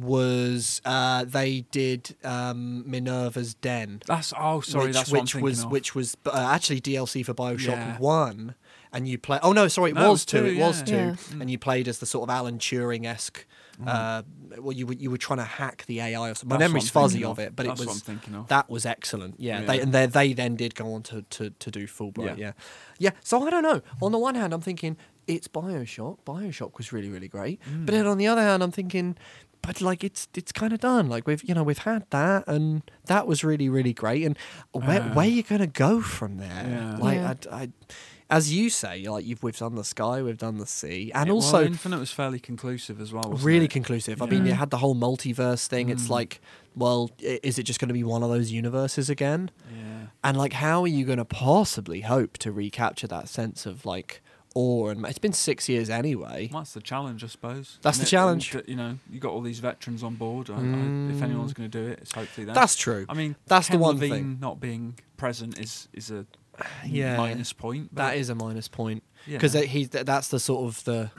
A: was uh, they did um, Minerva's Den,
B: That's oh, sorry,
A: which,
B: that's what I'm
A: which
B: thinking
A: was
B: of.
A: which was uh, actually DLC for Bioshock
B: Yeah.
A: One, and you play. Oh no, sorry, it
B: No, it
A: was
B: was
A: two.
B: two,
A: It was
B: yeah.
A: two,
C: Yeah.
A: and you played as the sort of Alan Turing esque. Uh, well, you were you were trying to hack the AI or something. My
B: Mm. That's what
A: memory's
B: I'm thinking
A: fuzzy of
B: of.
A: it, but
B: That's
A: it
B: what
A: was
B: I'm thinking of.
A: that was excellent. Yeah, they
B: Yeah.
A: and they they then did go on to to, to do Fulbright. Yeah.
B: Yeah.
A: yeah, So I don't know. On the one hand, I'm thinking it's Bioshock. Bioshock was really really great,
B: Mm.
A: but then on the other hand, I'm thinking. But like it's it's kind of done. Like we've you know we've had that and that was really really great. And where
B: Yeah.
A: where are you gonna go from there?
B: Uh. Yeah.
A: Like
C: Yeah.
A: I, I, as you say, like you've we've done the sky, we've done the sea, and
B: It- well,
A: also
B: Infinite was fairly conclusive as well. wasn't
A: really
B: it? Mm.
A: conclusive. I mean, you had the whole multiverse thing. It's like, well, i- is it just going to be one of those universes again?
B: Yeah.
A: And like, how are you going to possibly hope to recapture that sense of like awe and it's been six years anyway.
B: Well, that's the challenge, I suppose.
A: That's the
B: And it-
A: challenge. Mm.
B: and, you know, you got all these veterans on board. I, I, if anyone's going to do it, it's hopefully them.
A: That's true.
B: I mean,
A: that's the
B: Ken
A: one
B: Levine
A: thing.
B: Not being present is is a
A: Yeah.
B: minus point. but,
A: That is a minus point
B: you
A: because
B: know,
A: he th- that's the sort of the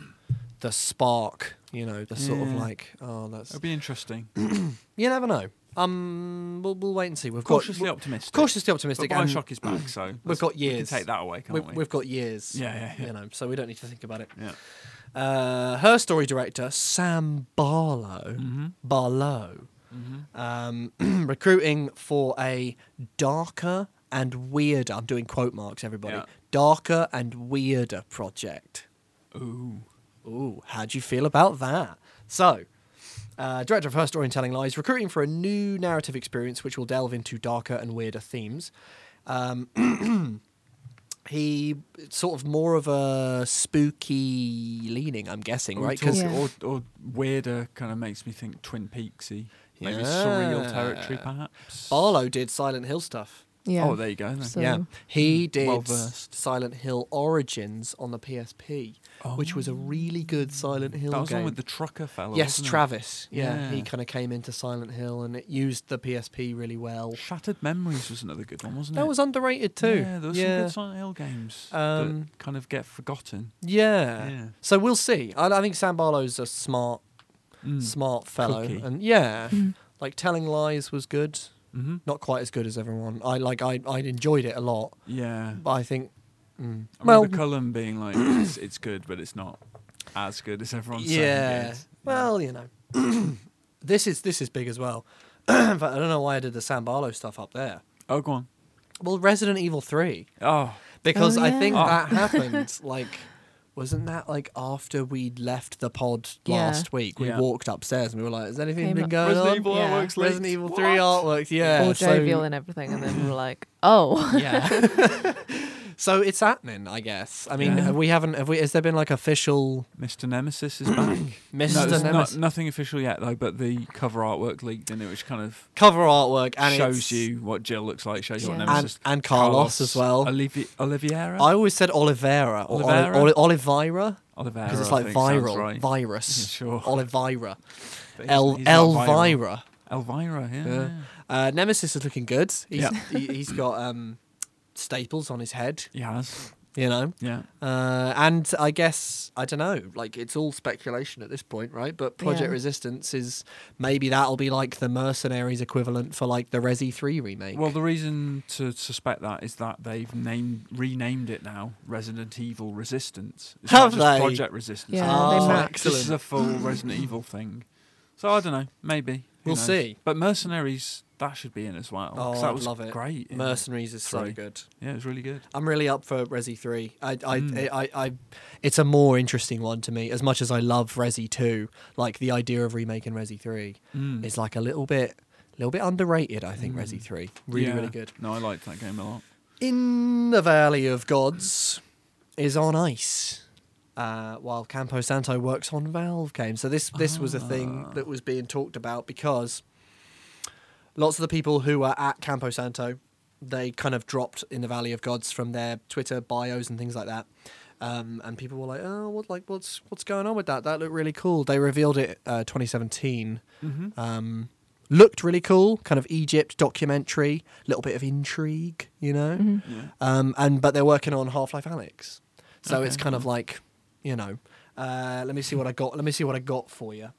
A: the spark, you know, the sort of
B: Yeah.
A: like oh that's
B: it'll be interesting.
A: you never know. Um, we'll, we'll wait and see. We've
B: Cautiously
A: got
B: optimistic.
A: cautiously
B: But
A: optimistic. and
B: Bioshock is back, so let's-
A: got
B: We can
A: years.
B: take that away, can't
A: we've,
B: we?
A: we've got years.
B: Yeah, yeah, yeah.
A: You know, so we don't need to think about it.
B: yeah.
A: Uh, her story director Sam Barlow,
B: Mm.
A: Barlow,
B: Mm-hmm.
A: um, *clears throat* recruiting for a darker and weirder. I'm doing quote marks, everybody.
B: Yeah.
A: Darker and weirder project.
B: Ooh.
A: Ooh, how do you feel about that? So, uh, director of Her Story and Telling Lies, recruiting for a new narrative experience which will delve into darker and weirder themes. Um, *clears throat* he it's sort of more of a spooky leaning, I'm guessing,
B: Or,
A: right?
B: talk-
A: Because
C: Yeah.
B: or, or weirder kind of makes me think Twin Peaksy, maybe surreal territory,
A: Yeah.
B: perhaps.
A: Barlow did Silent Hill stuff.
C: Yeah.
B: Oh, there you go. Then.
C: So-
A: yeah, he did
B: Well versed.
A: Silent Hill Origins on the PSP, which was a really good Silent Hill
B: Oh. that was
A: game.
B: on with the trucker fellow.
A: Yes,
B: wasn't it?
A: Travis. Yeah, he
B: Yeah.
A: kind of came into Silent Hill and it used the PSP really well.
B: Shattered Memories was another good one, wasn't it?
A: That was underrated too.
B: Yeah, there was some
A: yeah.
B: good Silent Hill games
A: Um, uh,
B: that kind of get forgotten.
A: yeah.
B: Yeah.
A: So we'll see. I, I think Sam Barlow's a smart,
B: Mm.
A: smart fellow,
B: Cookie.
A: and yeah, like telling lies was good.
B: hmm
A: Not quite as good as everyone. I like. I I enjoyed it a lot,
B: Yeah.
A: but I think. Mm.
B: I
A: Well,
B: remember Cullen
A: *clears throat*
B: being like, it's, it's good, but it's not as good as everyone saying it
A: yeah.
B: is.
A: Well, you know, *clears throat* this is this is big as well. *clears throat* In fact, I don't know why I did the Sam Barlow stuff up there.
B: Oh, go on.
A: Well, Resident Evil Three.
B: Oh,
A: because
C: Oh,
A: I think
B: yeah. *laughs*
A: that happened like wasn't that like after we'd left the pod
C: Yeah.
A: last week we
B: Yeah.
A: walked upstairs and we were like has anything
C: Came
A: been
C: up-
A: going
B: Resident
A: on
B: Evil
C: Yeah.
B: Artworks
A: Resident
B: leaked.
A: Evil
B: What?
A: 3 artworks yeah
C: All
A: so-
C: jovial *laughs* and everything, and then we're like, oh,
A: *laughs* yeah so it's happening I guess I mean
B: Yeah.
A: have we haven't have we has there been like official
B: Mr. Nemesis is back.
A: *clears throat* Mr.
B: No, it's
A: Nemesis-
B: Not, nothing official yet, though, but the cover artwork leaked in it, which kind of
A: cover artwork and it's-
B: shows you what Jill looks like, shows you
C: Yeah.
B: what
C: And-
B: Nemesis
A: and Carlos as well.
B: Olivi- Oliviera?
A: I always said Oliveira or Oli-
B: Oliveira?
A: Oli- Oliveira
B: Oliveira.
A: because it's
B: I
A: like
B: think sounds
A: viral *laughs*
B: right.
A: virus
B: Sure.
A: Oliveira
B: But he's-
A: El-
B: he's not viral.
A: Elvira
B: Elvira, yeah.
A: Yeah.
B: yeah.
A: Uh, Nemesis is looking good. He's,
B: Yeah.
A: he, he's got um, staples on his head,
B: *laughs* He has.
A: you know.
B: Yeah.
A: Uh, and I guess I don't know. Like it's all speculation at this point, right? But Project
C: Yeah.
A: Resistance is maybe that'll be like the mercenaries equivalent for like the Resi Three remake.
B: Well, the reason to suspect that is that they've named renamed it now Resident Evil Resistance. It's
A: Have
B: not just
A: they?
B: Project Resistance.
C: Yeah,
B: now.
A: they
B: It's
A: match.
B: like, This is a full
A: *laughs*
B: Resident Evil thing. So I don't know. Maybe Who
A: We'll
B: knows?
A: see.
B: But Mercenaries that should be in as well. 'cause
A: Oh,
B: that
A: I'd
B: was
A: love it.
B: Great. in-
A: mercenaries is so
B: Three.
A: good.
B: Yeah, it was really good.
A: I'm really up for Resi Three. I, I,
B: Mm.
A: I, I, I, it's a more interesting one to me. As much as I love Resi Two, like the idea of remaking Resi Three
B: Mm.
A: is like a little bit, little bit underrated. I think Resi Three really,
B: Mm. Yeah.
A: really good.
B: No, I liked that game a lot.
A: In the Valley of Gods is on ice. Uh, while Campo Santo works on Valve games, so this this was a thing
B: Ah.
A: that was being talked about because lots of the people who were at Campo Santo, they kind of dropped in the Valley of Gods from their Twitter bios and things like that, um, and people were like, "Oh, what like what's what's going on with that? That looked really cool." They revealed it uh, 2017
B: Mm-hmm.
A: um, looked really cool, kind of Egypt documentary, little bit of intrigue, you know.
C: *laughs* Mhm.
B: Yeah.
A: Um, and but they're working on Half Life Alex, so
B: Okay,
A: it's kind of
B: cool.
A: like, you know, uh, let me see what I got. Let me see what I got for you.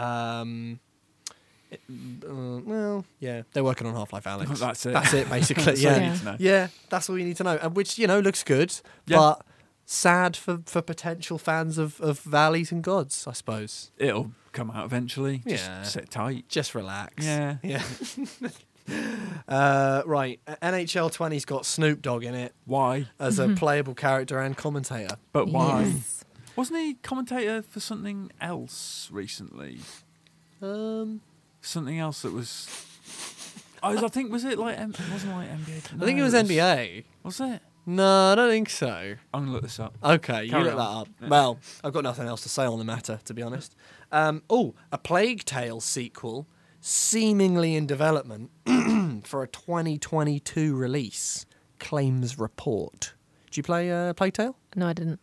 A: Um, it- uh, well, yeah, they're working on Half Life Alex.
B: *laughs* *laughs*
A: *laughs*
B: That's it.
A: That's it,
B: *laughs*
A: basically.
B: That's all
A: yeah,
B: you need to know.
A: yeah, that's all you need to know, and which you know looks good,
B: Yeah.
A: but sad for for potential fans of of Valleys and Gods, I suppose.
B: It'll come out eventually. Just
A: Yeah.
B: sit tight.
A: Just relax.
B: Yeah.
A: Yeah. *laughs* uh, right. NHL 20's got Snoop Dogg in it
B: Why?
A: as
C: Mm-hmm.
A: a playable character and commentator.
B: But why?
C: Yes.
B: Wasn't he commentator for something else recently?
A: Um,
B: Something else that was. I, was, I think was it like M- it wasn't like NBA.
A: I think it was NBA.
B: Was it?
A: No, I don't think so.
B: I'm gonna look this up.
A: Okay,
B: Carry
A: you look
B: on.
A: that up.
B: Yeah.
A: Well, I've got nothing else to say on the matter, to be honest. Um, oh, a Plague Tale sequel, seemingly in development *clears throat* for a 2022 release, claims report. Do you play uh, Plague Tale?
C: no, I didn't.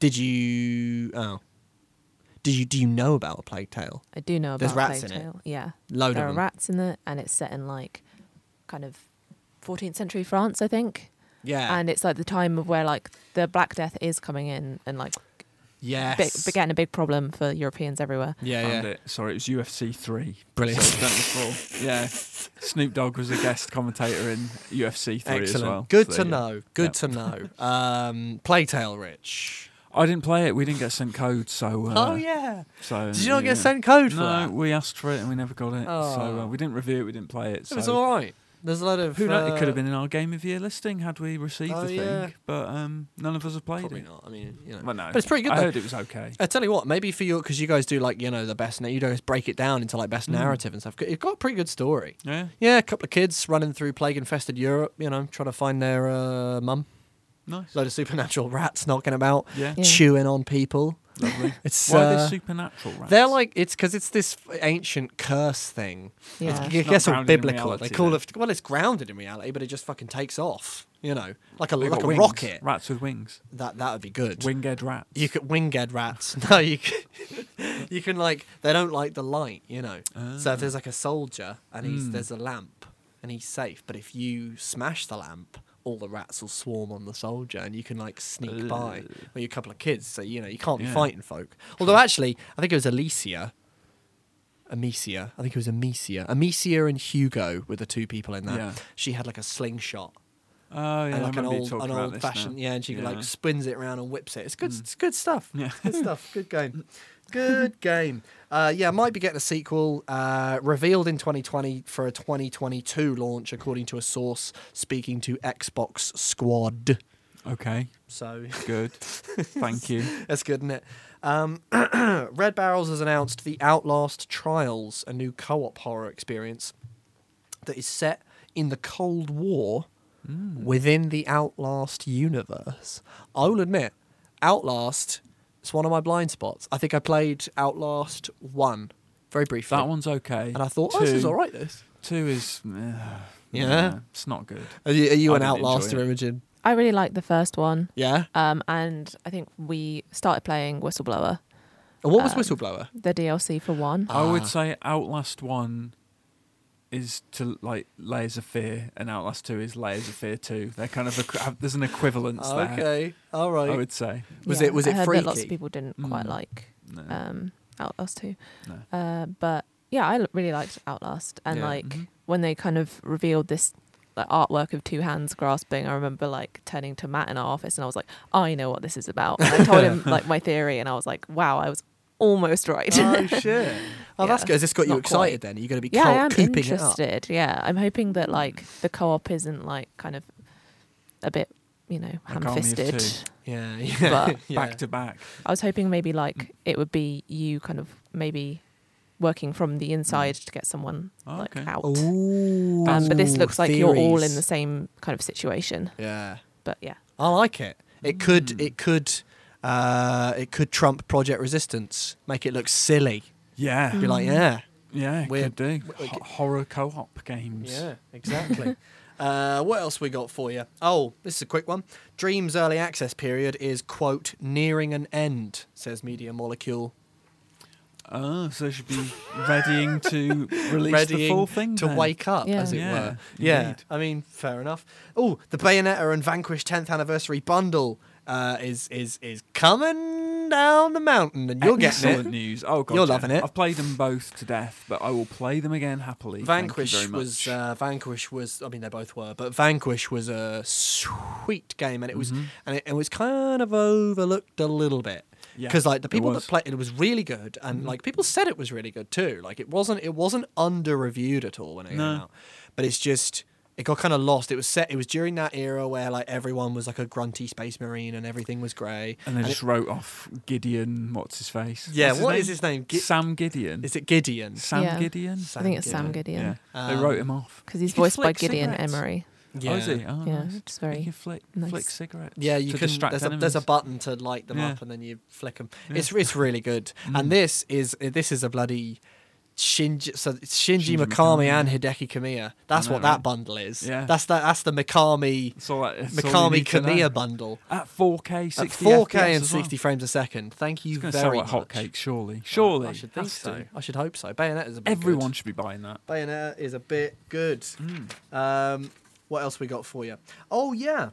A: Did you? Oh, did you? Do you know about a Plague Tale?
C: I do know about
A: There's rats
C: Plague
A: in it.
C: Tale. Yeah,
A: Load
C: there
A: of
C: are
A: them.
C: rats in it, and it's set in like kind of 14th century France, I think.
A: Yeah.
C: And it's like the time of where like the Black Death is coming in and like big,
A: yes.
C: began a big problem for Europeans everywhere.
A: yeah,
B: Found
A: yeah.
B: it. Sorry, it was UFC three.
A: Brilliant.
B: So I've done it before. Yeah, Snoop Dogg was a guest commentator in UFC three
A: Excellent.
B: as well.
A: Good
B: So,
A: to
B: yeah.
A: know. Good
B: Yep.
A: to know.
B: *laughs*
A: Um, Plague Tale, Rich.
B: I didn't play it. We didn't get sent code, so uh,
A: oh yeah.
B: So
A: Did you not
B: yeah.
A: get sent code for
B: No,
A: that?
B: we asked for it and we never got it. So
A: Oh.
B: uh, we didn't review it. We didn't play it.
A: It was
B: so-
A: all right. There's a lot of.
B: Who knows?
A: uh,
B: It could have been in our game of year listing had we received
A: Oh,
B: the thing,
A: yeah.
B: but um, none of us have played
A: Probably
B: it.
A: not. I mean, you know.
B: Well, no,
A: But it's pretty good
B: I
A: though.
B: heard it was okay.
A: I tell you what, maybe for your because you guys do like you know the best. na- You guys break it down into like best
B: Mm.
A: narrative and stuff. It's got a pretty good story.
B: Yeah,
A: Yeah, a couple of kids running through plague-infested Europe. You know, trying to find their uh, mum.
B: nice.
A: Load of supernatural *laughs* rats knocking about,
B: Yeah,
C: Yeah.
A: chewing on people.
B: lovely.
A: *laughs* It's
B: Why are
A: uh,
B: they supernatural rats?
A: They're like it's because it's this ancient curse thing.
C: Yeah.
A: It's,
B: Uh, It's
A: I
B: not
A: guess all
B: grounded in
A: biblical. they
B: reality,
A: call
B: though.
A: it well, it's grounded in reality, but it just fucking takes off. You know, like a
B: They've
A: like
B: got
A: a
B: wings.
A: rocket.
B: Rats with wings.
A: That that would be good.
B: Winged rats.
A: you could winged rats. *laughs* No, you can, you can like they don't like the light. You know, so if there's
B: Ah.
A: like a soldier and he's
B: Mm.
A: there's a lamp and he's safe, but if you smash the lamp. All the rats will swarm on the soldier, and you can like sneak by.
B: Ugh.
A: Well, you're a couple of kids, so you know you can't be
B: Yeah.
A: fighting folk. Although, actually, I think it was Alicia Amicia. I think it was Amicia. Amicia and Hugo were the two people in that.
B: Yeah.
A: She had like a slingshot
B: Oh yeah, I
A: and like an
B: remember you
A: old,
B: talking
A: an
B: about
A: old
B: this now.
A: fashioned. Yeah, and she
B: Yeah. Hmm.
A: like spins it around and whips it. It's good. It's good stuff.
B: *laughs* Yeah.
A: It's good stuff. Good game. Good game. Uh, yeah, might be getting a sequel uh, revealed in 2020 for a 2022 launch, according to a source speaking to Xbox Squad.
B: Okay,
A: So
B: good. Thank
A: *laughs*
B: you.
A: that's good, isn't it? Um, *clears throat* Red Barrels has announced The Outlast Trials, a new co op horror experience that is set in the Cold War
B: Hmm.
A: within the Outlast universe. I will admit, Outlast is one of my blind spots. I think I played Outlast 1 very briefly.
B: That one's okay.
A: And I thought, oh, this is
B: Two-
A: all right, this.
B: Two is. uh,
A: Yeah.
B: It's not good.
A: Are you, are you
B: I
A: an
B: didn't enjoy
A: Outlaster,
B: it.
A: Imogen?
C: I really liked the first one,
A: Yeah?
C: um, and I think we started playing Whistleblower,
A: And
B: Uh,
A: what was
C: Um,
A: Whistleblower?
C: the DLC for one.
B: I
A: Ah.
B: would say Outlast One is to like layers of fear, and Outlast Two is layers of fear two. They're kind of equ- have- there's an equivalence there.
A: Okay, all
B: I
A: right.
B: would say
A: was
C: Yeah,
A: it- was
C: I
A: it
C: heard that lots
A: freaky?
C: of people didn't quite
B: Mm.
C: like
A: Uh,
B: no.
C: um, Outlast Two,
B: No.
C: uh, but yeah, I l- really liked Outlast, and
A: Yeah. mm-hmm.
C: like
B: Mhm.
C: when they kind of revealed this like artwork of two hands grasping, I remember like turning to Matt in our office, and I was like, I know what this is about. And
A: *laughs*
C: I told him like my theory, and I was like, wow, I was almost
A: *laughs*
C: right.
A: Oh
B: *laughs*
A: shit! Oh, that's
C: Yeah.
A: good. Has this got you
C: Not
A: excited? Then you're going to be
C: yeah, I
A: col-
C: am
A: cooping it up.
C: interested. Yeah, I'm hoping that like the co-op isn't like kind of a bit, you know,
B: Like Army of
C: ham-fisted.
B: Two.
A: Yeah, *laughs*
C: But-
A: yeah.
B: back to back.
C: I was hoping maybe
B: Mm.
C: like it would be you kind of maybe working from the inside to get someone
B: Mm. Oh,
C: like
B: okay.
C: out.
A: Ooh,
C: Um, but this looks like you're all in the same kind of situation.
A: Yeah,
C: But yeah,
A: I like it. It
C: Mm.
A: could, it could, uh, it could trump Project Resistance. Make it look silly.
B: Yeah,
A: Be like,
C: Um.
A: yeah,
B: yeah, it
A: Weird.
B: could do
A: w-
B: Ho- horror co-op games.
A: exactly. *laughs* Uh, what else we got for you? Oh, this is a quick one. Dream's early access period is quote nearing an end, says Media Molecule.
B: Oh, so they should be
A: *laughs*
B: readying to release the
A: readying
B: full thing
A: to
B: then.
A: wake up,
C: Yeah.
A: as it
B: Yeah,
A: were. Yeah,
B: indeed.
A: I mean, fair enough. Oh, the Bayonetta and Vanquish 10th anniversary bundle uh, is is is coming down the mountain, and you're
B: Excellent
A: getting it.
B: news. Oh god,
A: You're
B: yeah.
A: loving it.
B: I've played them both to death, but I will play them again happily. Thank you very
A: Vanquish
B: much.
A: was uh, Vanquish was I mean they both were but Vanquish was a sweet game and it
B: Mm-hmm.
A: was and it, it was kind of overlooked a little bit
B: Yeah,
A: because like the
B: it
A: people that
B: was. Mm-hmm.
A: played it was really good and like people said it was really good too like it wasn't it wasn't under reviewed at all when it
B: No.
A: came out but it's just it got kind of lost it was set it was during that era where like everyone was like a grunty space marine and everything was grey
B: And they
A: And
B: just wrote off Gideon. What's his face?
A: Yeah,
B: What's
A: what
B: name?
A: is his name? Gi-
B: Sam Gideon.
A: is it Gideon
B: Sam
C: Yeah.
B: Gideon?
A: Sam
C: I think it's Sam
B: Yeah,
C: Gideon
B: they
A: Um,
B: wrote him off.
C: because he's
B: He can
C: voiced by
B: flick
C: Gideon
B: cigarettes.
C: Emery.
B: Oh, is he? Oh,
C: Yeah,
B: nice.
C: it's very
B: He can flick,
C: nice.
B: flick cigarettes.
A: Yeah, you
B: to
A: can.
B: Distract
A: There's a, there's a
B: enemies.
A: button to light them
B: Yeah. Mm.
A: up, and then you flick them.
B: Yeah.
A: It's it's really good. And this is this is a bloody Shinji, so it's Shinji,
B: Shinji
A: Mikami,
B: Mikami,
A: and Hideki Kamiya. That's
B: know,
A: what that
B: right?
A: bundle is.
B: Yeah.
A: That's that. That's the Mikami
B: It's all, it's all
A: Mikami
B: you need to know.
A: Kamiya bundle.
B: at 4K,
A: At
B: 60
A: 4K
B: FPS
A: and
B: as well.
A: 60 frames a second. Thank you
B: It's going to
A: very
B: sell like
A: much. Oh,
B: hotcakes, surely. Surely,
A: I should think
B: Has
A: so.
B: to.
A: I should hope so. Bayonet is a bit
B: Everyone
A: Good.
B: should be buying that.
A: Bayonetta is a bit good.
B: Hmm.
A: Um, what else we got for you? Oh yeah,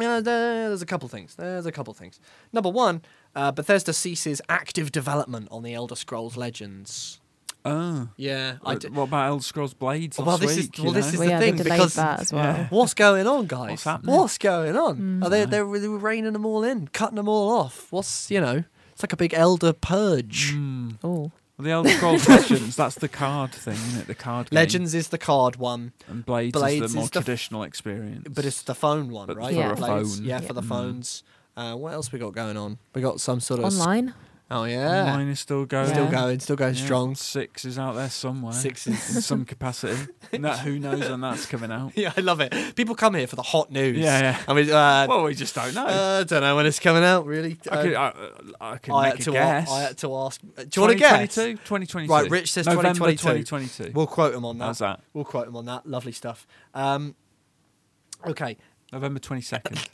A: uh, there- there's a couple things. There's a couple things. Number one, uh, Bethesda ceases active development on the Elder Scrolls Legends.
B: Oh,
A: Yeah, I
B: what,
A: d-
B: what about Elder Scrolls Blades?
A: Well,
B: last
A: this is-
B: week, you
A: well, this
B: know?
A: is
C: Well,
A: the
C: yeah,
A: thing,
C: they delayed
A: because-
C: that as well. Hmm.
B: Yeah.
A: *laughs* What's going on, guys?
B: What's happening?
A: going on? Are they
B: Dunno.
A: they're really reining them all in, cutting them all off? What's you know? It's like a big Elder purge.
B: Mm.
C: Oh,
B: Well, the Elder
A: *laughs*
B: Scrolls Legends, that's the card thing, isn't it? The card game.
A: Legends is the card one,
B: and Blades,
A: Blades
B: is
A: is
B: the more
A: the f-
B: traditional experience.
A: but it's the phone one,
B: But
A: right?
C: for a
A: Blades.
B: phone.
A: Yeah,
C: Yeah.
A: for the
B: Mm.
A: phones. Uh, what else we got going on? We got some sort of
B: *laughs*
C: online.
A: Oh yeah,
B: mine is still going.
A: still
C: Yeah.
A: going, still going
B: Yeah,
A: strong. *laughs*
B: Six is out there somewhere.
A: Six
B: in some capacity.
A: *laughs*
B: And that, who knows when that's coming out?
A: Yeah, I love it. People come here for the hot news.
B: Yeah, yeah.
A: I mean, uh,
B: Well, we just don't know.
A: uh, I don't know when it's coming out. Really,
B: I could,
A: Uh,
B: I, I could
A: I
B: make
A: had
B: a
A: to.
B: guess.
A: I had to ask. uh, Do you want to guess?
B: 2022? 2022.
A: Right, Rich says
B: November
A: 2022.
B: 2022.
A: We'll quote him on that.
B: How's that?
A: We'll quote him on that. Lovely stuff. Um, okay,
B: November 22nd.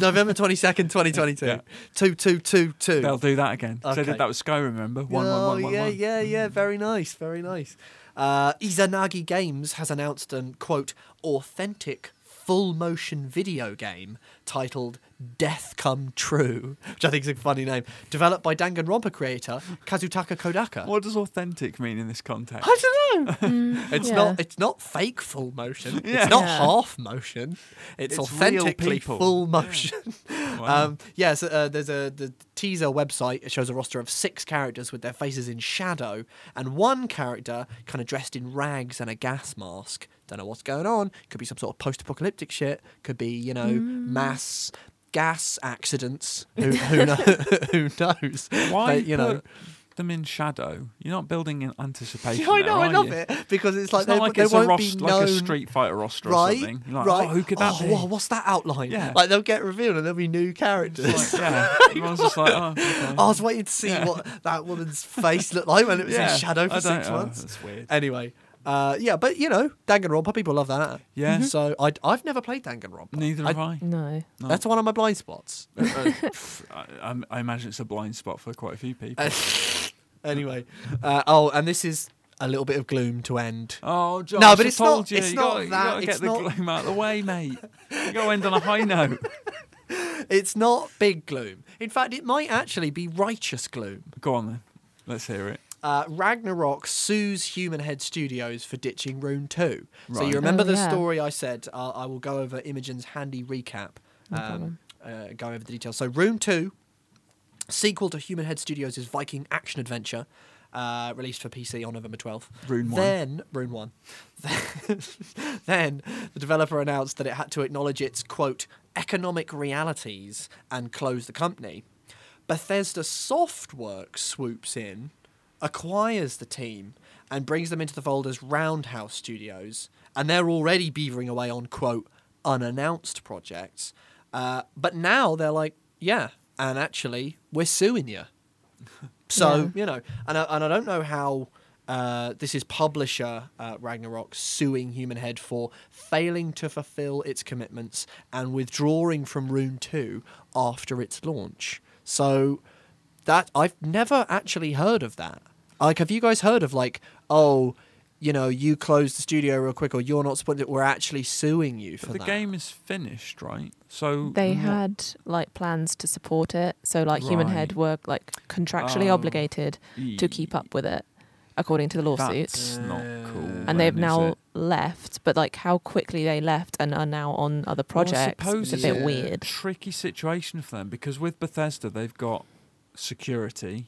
A: November twenty second, twenty twenty two.
B: Yeah.
A: Two two two *laughs* two.
B: They'll do that again. So they
A: Okay.
B: did that with Skyrim, remember? One, one,
A: oh,
B: one, one,
A: yeah,
B: one.
A: yeah, yeah. Very nice, very nice. Uh, Izanagi Games has announced an, quote, authentic full motion video game titled Death Come True, which I think is a funny name, developed by Danganronpa creator Kazutaka Kodaka.
B: What does authentic mean in this context?
A: I don't know. It's
C: Mm, yeah.
A: not. It's not fake full motion.
B: Yeah.
A: It's not
C: Yeah.
A: half motion. It's,
B: It's real
A: authentically
B: people.
A: full motion.
B: Wow.
A: Um, yeah. So uh, there's a the teaser website. It shows a roster of six characters with their faces in shadow, and one character kind of dressed in rags and a gas mask. Don't know what's going on. Could be some sort of post-apocalyptic shit. Could be you know
B: Mm.
A: mass gas
B: *laughs*
A: accidents. Who, who, know, *laughs* who knows?
B: Why
A: But, you know.
B: put them in shadow? You're not building in anticipation.
A: Yeah, *laughs* I
B: there,
A: know, I
B: are
A: love
B: you?
A: it because it's like
B: It's
A: there,
B: not like
A: there
B: it's a
A: won't
B: roster,
A: be known,
B: like a Street Fighter roster or
A: right?
B: something. You're like,
A: right?
B: oh, who could that
A: oh,
B: be?
A: whoa, what's that outline?
B: Yeah.
A: Like they'll get revealed and there'll be new characters.
B: It's
A: *laughs*
B: like, yeah, everyone's just like, oh, okay.
A: I was waiting to see what that woman's face looked like when it was
B: Yeah,
A: in shadow
B: I
A: for six
B: don't- oh,
A: months.
B: That's weird.
A: Anyway, uh, yeah, but you know, Danganronpa, people love that. Mm-hmm.
B: Yeah. Mhm.
A: So I, I've never played Danganronpa.
B: Neither
A: *laughs*
B: have I.
C: No.
B: No.
A: That's one of my blind spots. *laughs*
B: Uh, uh, pff, I, I'm- I imagine it's a blind spot for quite a few people.
A: Uh, anyway, uh, oh, and this is a little bit of gloom to end.
B: Oh, Josh,
A: No, but
B: I
A: it's
B: told
A: not-
B: you,
A: it's
B: you
A: not
B: gotta, you
A: that,
B: gotta
A: it's
B: get the
A: not-
B: gloom out of the way, mate. You gotta end on a
A: *laughs*
B: high note.
A: It's not big gloom. In fact, it might actually be righteous gloom.
B: Go on then. Let's hear it.
A: uh, Ragnarok sues Human Head Studios for ditching Rune 2. So you
B: Right.
A: remember
C: Oh,
A: the
C: yeah.
A: story I said? Uh, I will go over Imogen's handy recap, um,
C: problem.
A: uh, go over the details. So, Rune 2, sequel to Human Head Studios' Viking action adventure, uh, released for PC on November 12th.
B: Rune 1.
A: Then, Rune 1. *laughs* then the developer announced that it had to acknowledge its, quote, economic realities and close the company. Bethesda Softworks swoops in, acquires the team, and brings them into the fold as Roundhouse Studios, and they're already beavering away on, quote, unannounced projects. Uh, but now they're like, yeah, and actually, we're suing you. So you know, and I, and I don't know how uh, this is publisher uh, Ragnarok suing Human Head for failing to fulfil its commitments and withdrawing from Rune Two after its launch. So that I've never actually heard of that. Like, have you guys heard of like, oh, you know, you closed the studio real quick, or you're not supporting it? We're actually suing you for
B: But the
A: that.
B: game is finished, right? So
C: They
B: Mm.
C: had like plans to support it, so like Human Head
B: Right.
C: were like contractually
B: Oh.
C: obligated to keep up with it, according to the lawsuits.
B: That's not cool.
C: and they've
B: then, is
C: now
B: it?
C: left, but like how quickly they left and are now on other projects
B: Well, I suppose
C: is
B: Hmm,
C: a
B: it's
C: bit
A: a-
C: weird.
B: tricky situation for them because with Bethesda they've got security,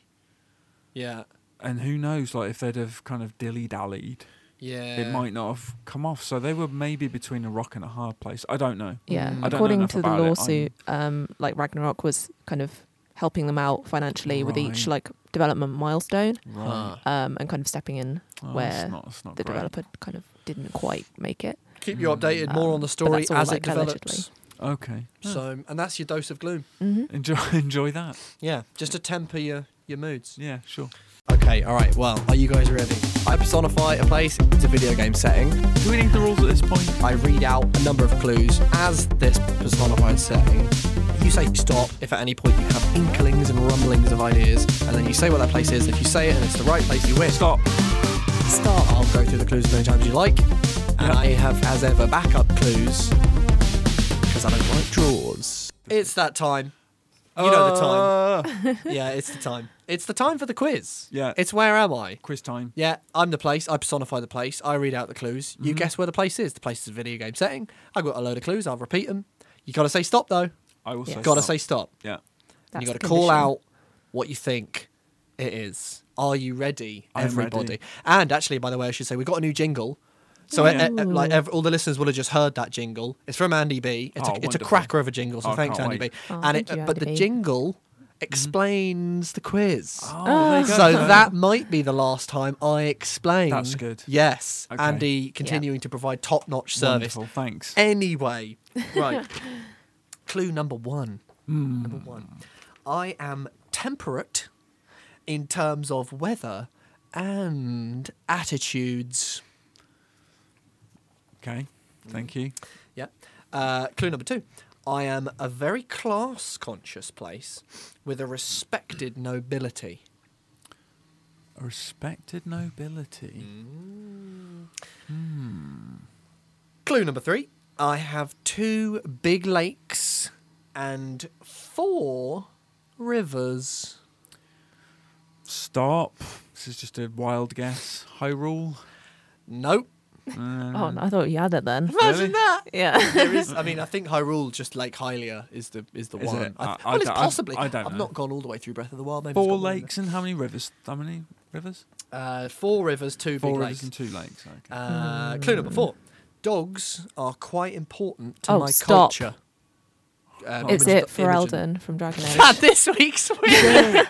A: yeah,
B: and who knows, like if they'd have kind of dilly dallied,
A: yeah.
B: it might not have come off. So they were maybe between a rock and a hard place. I don't know.
C: Yeah,
A: Mm. I don't
B: know
C: according
B: enough
C: to the
B: about it, I'm-
C: lawsuit, um, like Ragnarok was kind of helping them out financially with each like development milestone,
B: Right.
C: um, and kind of stepping in
B: Oh,
C: where
B: that's not, that's not
C: the
B: great.
C: developer kind of didn't quite make it.
A: Keep you updated more
C: Um,
A: on the
C: but
A: story
C: that's all,
A: as it
C: like,
A: develops.
B: Okay.
A: So, and that's your dose of gloom.
C: Mm-hmm.
B: Enjoy *laughs* enjoy that.
A: Yeah, just to temper your your moods.
B: Yeah, sure.
A: Okay. Okay, all right. Well, are you guys ready? I personify a place. It's a video game setting.
B: Do we need the rules at this point?
A: I read out a number of clues as this personified setting. You say stop if at any point you have inklings and rumblings of ideas, and then you say what that place is. If you say it and it's the right place, you win.
B: Stop.
C: Stop.
A: I'll go through the clues as many times as you like, and
B: Yeah.
A: I have, as ever, backup clues because I don't like Uh, drawers. It's that time. You know the time.
B: time.
A: Yeah, it's the time. It's the time for the quiz.
B: Yeah.
A: It's where am I?
B: Quiz time.
A: Yeah, I'm the place. I personify the place. I read out the clues. You
B: Mm-hmm.
A: guess where the place is. The place is a video game setting. I've got a load of clues. I'll repeat them. You gotta say stop though.
B: I will
C: Yeah.
B: say.
A: Gotta
B: stop.
A: say stop.
B: Yeah.
A: And you
C: That's
A: gotta
C: the
A: call
C: condition.
A: out what you think it is. Are you ready,
B: I am
A: everybody?
B: ready.
A: And actually, by the way, I should say we got a new jingle. So
B: Yeah.
A: e- e- like ev- all the listeners will have just heard that jingle. It's from Andy B. It's,
B: Oh,
A: a, it's a
B: wonderful.
A: cracker of a jingle. So
B: Oh, I
A: thanks,
B: can't
A: Andy
B: wait.
A: B.
B: Mm-hmm.
C: Oh,
A: and it,
C: thank you,
A: but the
C: Andy B.
A: jingle explains the quiz.
C: Ah.
B: Oh, there you go.
A: So that might be the last time I explain.
B: That's good.
A: Yes,
B: Okay.
A: Andy continuing to provide top-notch service.
B: Wonderful. Thanks.
C: Eh. *laughs*
A: Anyway, right. Clue number one.
B: Hmm.
A: Number one. I am temperate in terms of weather and attitudes.
B: Okay. Thank you.
A: Yeah. Uh, clue number two. I am a very class conscious place with a respected nobility.
B: A respected nobility.
A: Mm. Clue number three. I have two big lakes and four rivers.
B: Stop. This is just a wild guess.
A: *laughs*
B: Um, Hyrule.
A: Nope.
C: Oh, no, I thought you had it then.
A: Imagine
B: Really?
A: that.
C: Yeah.
A: There
C: *laughs*
A: is. I mean, I think Hyrule, just Lake Hylia, is the is the
B: Is
A: one.
B: it?
A: I,
B: I- I
A: well, it's
B: don't- I-
A: possibly.
B: I don't
A: have
B: know.
A: not gone all the way through Breath of the Wild. Maybe it's
B: Four
A: got one in
B: lakes and how many rivers? How many rivers?
A: there. Uh, four rivers, two
B: Four
A: big
B: rivers
A: lakes.
B: and Hmm. two lakes. Okay.
A: Uh, clue number four: dogs are quite important to
C: Oh,
A: my
C: stop.
A: culture. Uh,
B: Oh,
C: it's
A: Imogen-
C: it for
A: Imogen.
B: *laughs*
C: Eldon from Dragon
A: Ah,
C: Age.
A: this week's win.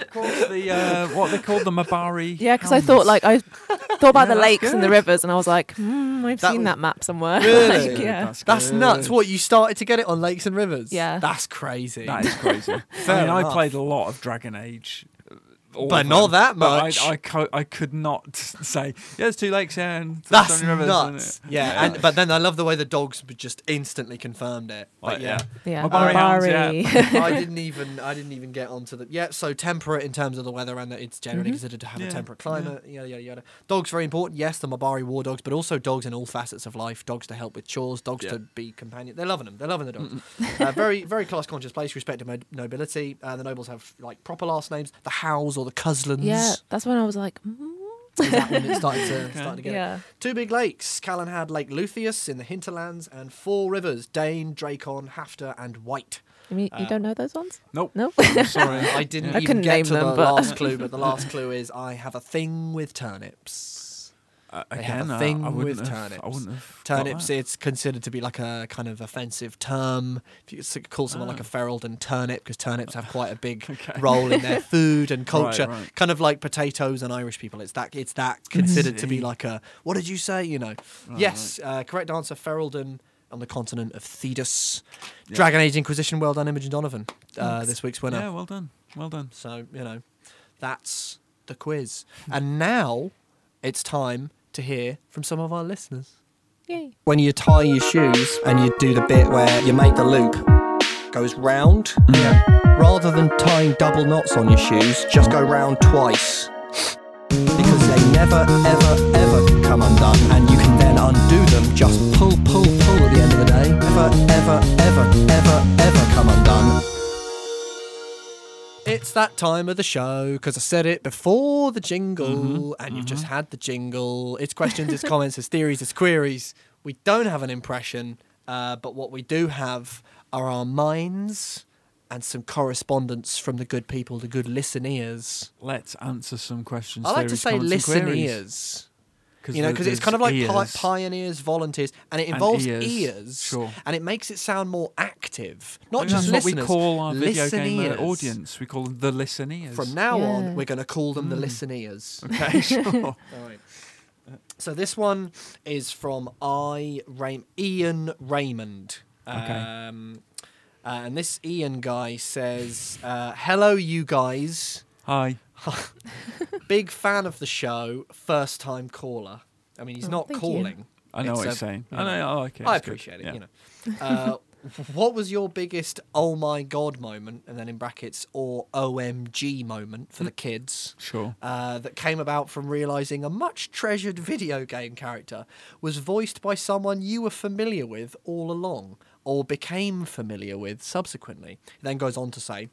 B: of course, the uh, what they called the Mabari.
C: *laughs* Yeah, because I thought like I thought about
B: Yeah,
C: the
B: that's
C: lakes and the
B: good.
C: rivers, and I was like, hmm, I've
A: That
C: seen
A: was-
C: that map somewhere. *laughs*
A: Really?
C: like, yeah.
A: *laughs* That's
B: good.
A: nuts. What you started to get it on lakes and rivers?
C: Yeah.
A: That's crazy. *laughs*
B: That is crazy. I
A: Fair
B: mean, I
A: enough.
B: played a lot of Dragon Age. uh, all
A: But
B: of
A: not
B: them,
A: that
B: but
A: much.
B: I, I, co- I could not *laughs* say, yeah, there's two lakes here and there's
A: That's
B: so many rivers. and
A: nuts.
B: it-
A: Yeah, and but then I love the way the dogs just instantly confirmed it. But
B: Like,
A: yeah.
C: Yeah.
B: Mabari hounds,
C: Mabari.
A: *laughs*
B: yeah.
A: I didn't even I didn't even get onto the yeah. So temperate in terms of the weather and that it's generally considered to have a
B: Mm-hmm. Yeah,
A: temperate
B: yeah.
A: climate. Yada yada yada. Dogs very important. Yes, the Mabari war dogs, but also dogs in all facets of life. Dogs to help with chores. Dogs
B: Yeah.
A: to be companion. They're loving them. They're loving the dogs. uh,
B: *laughs*
A: very very class conscious place. Respected mo- nobility. Uh, the nobles have like proper last names. The Howes or the Cuslins.
C: Yeah, that's when I was like, mm,
A: Is that when it started
B: *laughs*
A: to, started to get it?
C: yeah.
A: Two big lakes, Callanhad Lake Luthius in the hinterlands, and four rivers, Dane, Dracon, Hafter, and White.
C: I mean, you don't know those ones?
B: Nope.
C: Nope.
B: I'm sorry.
A: *laughs* I didn't
C: I
A: even
C: couldn't
A: get
C: name
A: to the
C: them, but-
A: last clue, but the last clue is I have a thing with turnips.
B: Uh,
A: They have
B: again,
A: a
B: I-
A: thing
B: I, wouldn't
A: with
B: have,
A: turnips.
B: I wouldn't have. got
A: Turnips,
B: that.
A: it's considered to be like a kind of offensive term. If you s- call someone
B: Ah.
A: like a Ferelden turnip, because turnips have quite a
B: *laughs*
A: big role in their food and culture,
B: right.
A: kind of like potatoes and Irish people. It's that it's that considered to be
B: see.
A: like a what did you say? You know, yes, Uh, correct answer. Ferelden on the continent of Thedas.
B: Yeah.
A: Dragon Age Inquisition. Well done, Imogen Donovan. Uh, this week's winner.
B: Yeah, well done. Well done.
A: So, you know, that's the quiz. And now it's time to hear from some of our listeners.
C: *laughs* Yay.
A: When you tie your shoes and you do the bit where you make the loop goes round, rather than tying double knots on your shoes, just go round twice. Because they never, ever, ever come undone, and you can then undo them. Just pull, pull, pull at the end of the day. Never, ever, ever, ever, ever come undone. It's that time of the show because I said it before the jingle, and you've just had the jingle. It's questions, it's comments, it's theories, it's queries. We don't have an impression, uh, but what we do have are our minds and some correspondence from the good people, the good listeners.
B: Let's answer some questions.
A: I like to
B: theories,
A: say
B: comments, and queries.
A: listeners. You know,
B: there-
A: because it's
B: there's
A: kind of like pi-
B: ears.
A: pioneers, volunteers, and it
B: And
A: involves
B: ears,
A: ears,
B: sure.
A: and it makes it sound more active. Not
B: Maybe
A: just
B: that's
A: listeners.
B: what we call our video game uh,
A: listeners.
B: audience. We call them the listeners.
A: From now
C: Yeah.
A: on, we're going to call them the listeners.
B: *laughs* Okay, sure.
A: So this one is from I Ray- Ian Raymond.
B: Okay.
A: Um, uh, and this Ian guy says, uh, "Hello, you guys.
B: Hi.
A: Big fan of the show, first time caller. I mean, he's
C: Oh,
A: not
C: thank you.
A: calling.
B: I know
A: It's
B: what
A: a-
B: he's saying.
A: you know,
B: I know. I like it.
A: I
B: it's good.
A: appreciate it.
B: Yeah.
A: You know. Uh, *laughs* what was your biggest "Oh my god" moment, and then in brackets or "OMG" moment for the kids?
B: Sure.
A: Uh, that came about from realizing a much treasured video game character was voiced by someone you were familiar with all along, or became familiar with subsequently. It then goes on to say,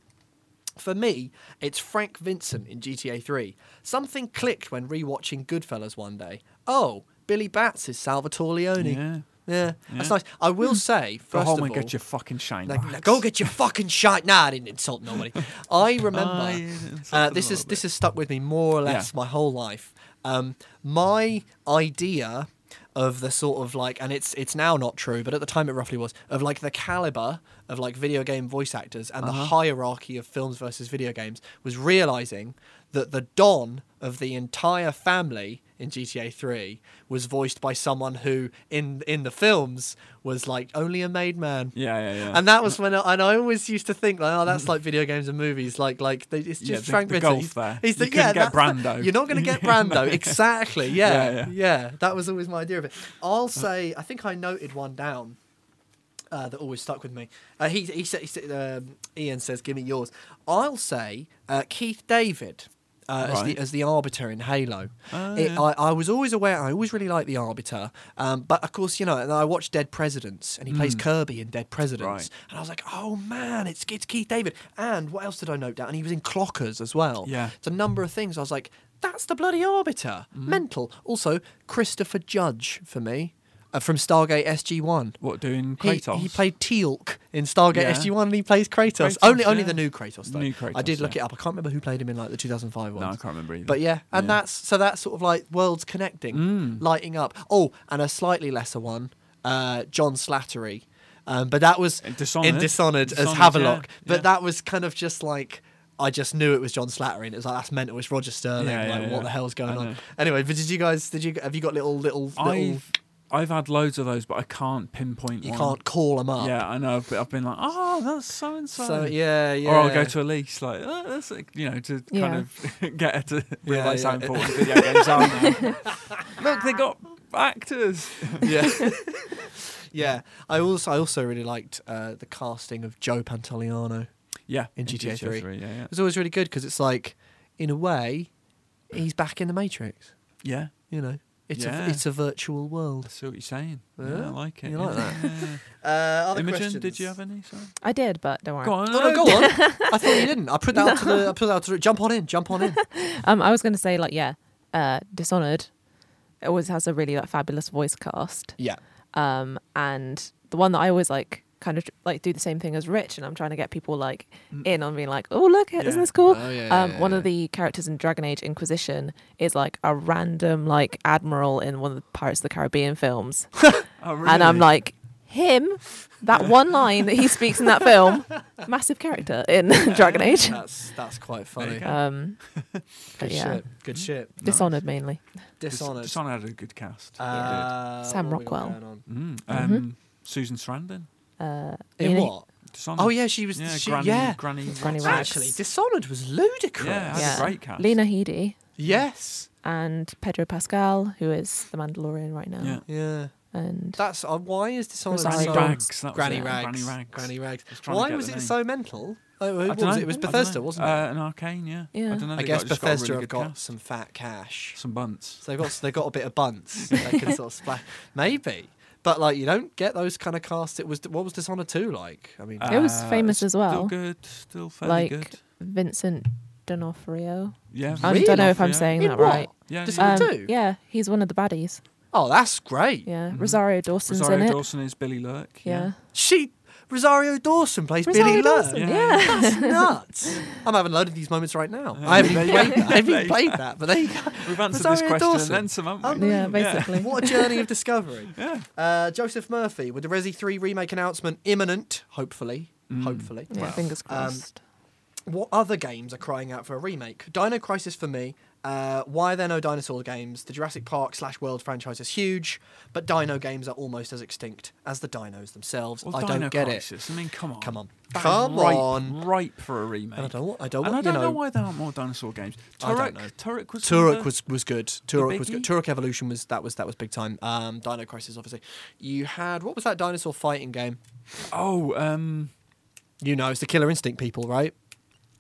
A: for me, it's Frank Vincent in GTA 3. Something clicked when rewatching Goodfellas one day. Oh, Billy Batts is Salvatore Leone.
B: Yeah.
A: Yeah, that's
B: Yeah. Hmm.
A: nice. I will say, first
B: Go
A: of
B: home
A: all,
B: and get your fucking shine.
A: like,
B: back.
A: like, go get your fucking shot. Nah, I didn't insult
B: *laughs*
A: nobody. I remember.
B: Ah, yeah, insult
A: uh,
B: them
A: this
B: a
A: is
B: little
A: this has stuck with me more or less
B: Yeah.
A: my whole life. Um, my idea of the sort of like, and it's it's now not true, but at the time it roughly was of like the caliber of like video game voice actors and
B: Uh-huh.
A: the hierarchy of films versus video games was realizing that the don of the entire family in GTA 3 was voiced by someone who in in the films was like only a made man
B: Yeah, yeah, yeah.
A: and that was when, I, and I always used to think like, oh, that's like video games and movies, like, like they, it's just
B: Yeah, the-
A: Frank
B: the
A: Vincent.
B: golf
A: He's-
B: there.
A: He's the,
B: You couldn't
A: yeah, that's
B: get
A: the-
B: Brando.
A: You're not going to
B: *laughs*
A: get Brando, exactly. Yeah, yeah,
B: Yeah, yeah.
A: That was always my idea of it. I'll say, I think I noted one down. Uh, that always stuck with me. Uh, he he said, he said um, Ian says, "Give me yours." I'll say uh, Keith David uh, as the
B: Right.
A: as the Arbiter in Halo.
B: Oh,
A: It-
B: yeah.
A: I, I was always aware. I always really liked the Arbiter, um, but of course, you know, and I watched Dead Presidents, and he plays Kirby in Dead Presidents,
B: Hmm. Right.
A: and I was like, oh man, it's it's Keith David. And what else did I note down? And he was in Clockers as well.
B: Yeah. Mm-hmm.
A: it's a number of things. I was like, that's the bloody Arbiter. Mental. Also, Christopher Judge for me. Uh, from Stargate SG One,
B: What doing
A: he,
B: Kratos?
A: he played Teal'c in Stargate
B: Yeah.
A: SG One, and he plays Kratos.
B: Kratos,
A: only, only
B: yeah.
A: the new Kratos though.
B: New
A: I did
B: Kratos,
A: look
B: yeah.
A: it up. I can't remember who played him in like the 2005
B: No,
A: ones.
B: I can't remember either.
A: But yeah, and
B: Yeah. Mm.
A: that's so that's sort of like worlds connecting, lighting up. Oh, and a slightly lesser one, uh, John Slattery, um, but that was
B: In Dishonored.
A: in Dishonored, as
B: Dishonored,
A: Havelock.
B: yeah,
A: But
B: yeah.
A: that was kind of just like. I just knew it was John Slattery, and it was like that's mental. It's Roger Sterling.
B: Yeah, yeah,
A: like, what
B: yeah.
A: the hell's going
B: I
A: on?
B: know.
A: Anyway, but did you guys? Did you have you got little little? little
B: I've I've had loads of those, but I can't pinpoint
A: you
B: one.
A: can't call them up.
B: Yeah, I know. I've been, I've been like, oh, that's so and so.
A: So yeah, yeah.
B: Or I'll go to Elise, like, oh, that's like, you know, to kind
C: Yeah.
B: of *laughs* get her to realise
A: yeah.
B: how important video games are. now.
A: *laughs*
B: Look, they got actors.
A: yeah. *laughs* yeah. I also I also really liked uh, the casting of Joe Pantoliano.
B: Yeah,
A: In GTA three.
B: Yeah, yeah.
A: It was always really good because it's like, in a way, he's back in the Matrix.
B: Yeah,
A: You know, it's
B: Yeah.
A: a it's a virtual
B: I
A: world.
B: see what you're saying. Yeah,
A: Yeah,
B: I like it.
A: you
B: yeah,
A: like that.
B: yeah, yeah.
A: Uh, *laughs* other Oh,
B: Imogen, did you have any? Sorry?
C: I did, but don't worry.
B: Go on.
A: No, no, go *laughs* on. I thought you didn't. I put that out to the. I put that out to the. Jump on in. Jump on in.
C: Um, I was going to say like yeah, uh, Dishonored. It always has a really like fabulous voice cast.
A: *laughs* Yeah.
C: Um, and the one that I always like kind of like do the same thing as Rich, and I'm trying to get people like in on being like, oh look,
B: Yeah.
C: isn't this cool?
A: Oh, yeah, yeah,
C: um,
A: yeah,
C: one
A: yeah.
C: of the characters in Dragon Age Inquisition is like a random like admiral in one of the Pirates of the Caribbean films,
B: Oh,
C: and I'm
B: really?
C: like. Him, that one line that he speaks in that film, massive character in *laughs*
A: *laughs*
C: Dragon Age.
A: That's that's quite
B: There
A: funny.
B: you go.
C: Um,
A: Good
C: but yeah, Mm-hmm.
A: shit. Good shit.
C: Dishonored mainly.
B: Dis-
A: Dishonored.
B: Dishonored had a good cast. They
A: Uh, mm-hmm.
C: Sam
A: what have we got
C: Rockwell.
A: going on?
B: did. Mm. Um, Susan Sarandon.
C: Uh,
A: In
C: Ian-
A: what?
B: Dishonored.
A: Oh yeah, she was.
B: Yeah,
A: she,
B: Granny,
A: yeah.
B: Granny,
C: Granny
B: Watts.
C: Watts.
A: Actually, Dishonored was ludicrous.
B: Yeah, it had a
C: Yeah.
B: great cast.
C: Lena Headey
A: Yes.
C: and Pedro Pascal, who is the Mandalorian right now,
B: Yeah.
A: Yeah.
C: and
A: That's uh, why is Dishonored
C: Granny
A: so
B: Rags, that was
A: Granny,
C: it.
A: Rags.
B: Granny Rags.
A: Granny Rags.
B: was trying to
A: Why
B: get
A: was
B: the
A: it
B: name.
A: so mental? Oh,
B: I
A: what
B: dunno.
A: was it? It was
B: I dunno.
A: Bethesda, wasn't it?
B: Uh, an arcane, yeah.
C: Yeah.
B: I don't know.
A: I guess Bethesda
B: got a really
A: have
B: good
A: got
B: cast.
A: some fat cash.
B: some bunts.
A: So they've got they got a bit of bunts. that they
B: *laughs*
A: can sort of splash. Maybe, but like you don't get those kind of casts. It was what was Dishonored two like? I mean,
B: Uh,
C: It was famous as well.
B: Still good. Still fairly
C: like
B: good.
C: Vincent D'Onofrio.
B: Yeah.
C: I
A: Really?
C: don't know if I'm
B: D'Onofrio.
C: saying
A: In
C: that
A: what?
C: right.
B: Yeah.
A: Just-
B: yeah.
A: Um, do?
C: yeah, he's one of the baddies.
A: oh, that's great.
C: Yeah, Rosario Dawson's
B: Rosario
C: in it.
B: Dawson is Billy Lurk.
C: Yeah.
A: She Rosario Dawson plays Billy
C: Rosario
A: Lurk.
C: Dawson.
B: Yeah.
A: *laughs*
C: Yeah.
A: That's nuts. I'm having a load of these moments right now. I haven't even played that. I haven't even played that. But there you go.
B: We've answered this
A: Rosario
B: question
A: Dawson.
B: and then some, haven't
A: Oh,
B: we?
C: Yeah, basically.
A: What a journey of discovery.
B: *laughs* Yeah.
A: Uh, Joseph Murphy with the Resi 3 remake announcement imminent, hopefully.
B: Mm.
A: Hopefully. *laughs* Um,
C: Yeah, fingers crossed.
A: What other games are crying out for a remake? Dino Crisis for me Uh, why are there no dinosaur games? The Jurassic Park slash World franchise is huge, but dino games are almost as extinct as the dinos themselves.
B: Mm. Well,
A: I
B: Dino
A: don't get it.
B: Crisis. I mean, come on.
A: Come on.
B: That is
A: Come
B: ripe,
A: on.
B: Ripe for a remake.
A: And I don't, I don't,
B: And I
A: you
B: don't
A: know,
B: know, why there aren't more dinosaur games.
A: I
B: Turok,
A: don't know.
B: Turok was
A: Turok
B: the-
A: was, was good. Turok was good.
B: biggie?
A: Turok Evolution was that was that was big time. Um, Dino Crisis, obviously. You had what was that dinosaur fighting game?
B: Oh, um,
A: You know, it's the Killer Instinct people, right?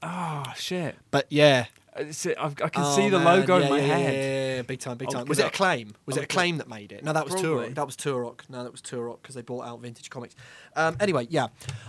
B: ah, shit.
A: But yeah,
B: It's, I, I can
A: Oh,
B: see the
A: man.
B: logo
A: Yeah,
B: in my
A: yeah,
B: head.
A: Yeah, yeah, yeah. big time, big
B: I'll
A: time.
B: look
A: Was
B: it
A: it a
B: up.
A: claim? Was
B: I'll
A: it a
B: look it
A: claim that made it? No, that was
B: Probably.
A: Turok. That was Turok. No, that was Turok because they bought out vintage comics. Um, anyway, yeah,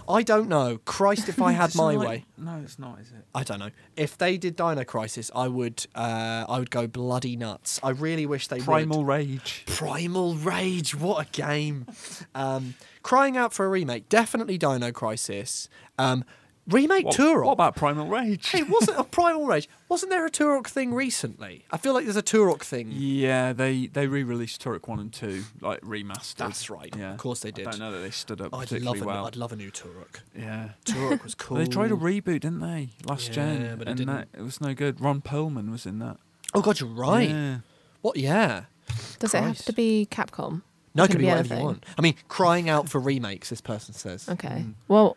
A: I don't know. Christ,
B: *laughs*
A: if I had
B: It's
A: my
B: not-
A: way,
B: No, it's not, is it?
A: I don't know. If they did Dino Crisis, I would, uh, I would go bloody nuts. I really wish they
B: Primal
A: would.
B: Rage.
A: Primal Rage, what a game! Um, crying out for a remake, definitely Dino Crisis. Um, remake
B: What,
A: Turok.
B: what about Primal Rage?
A: Hey, wasn't a Primal Rage? Wasn't there a Turok thing recently? I feel like there's a Turok thing.
B: yeah, they, they re-released Turok One and Two, like remastered.
A: That's right.
B: Yeah,
A: Of course they
B: I
A: did.
B: don't know that they stood up
A: I'd love,
B: particularly
A: a,
B: well.
A: I'd love a new Turok.
B: Yeah.
A: Turok was cool.
B: *laughs* They tried a reboot, didn't they? Last
A: Yeah,
B: gen,
A: but it
B: and
A: didn't.
B: That, it was no good. Ron Perlman was in that.
A: oh god, you're right.
B: Yeah.
A: What? Yeah.
C: Does it have
B: Christ.
C: to be Capcom?
A: No, it
C: Can
A: can
C: be
A: be whatever you
C: anything.
A: want. I mean, crying out for remakes. This person says.
C: Okay. Well,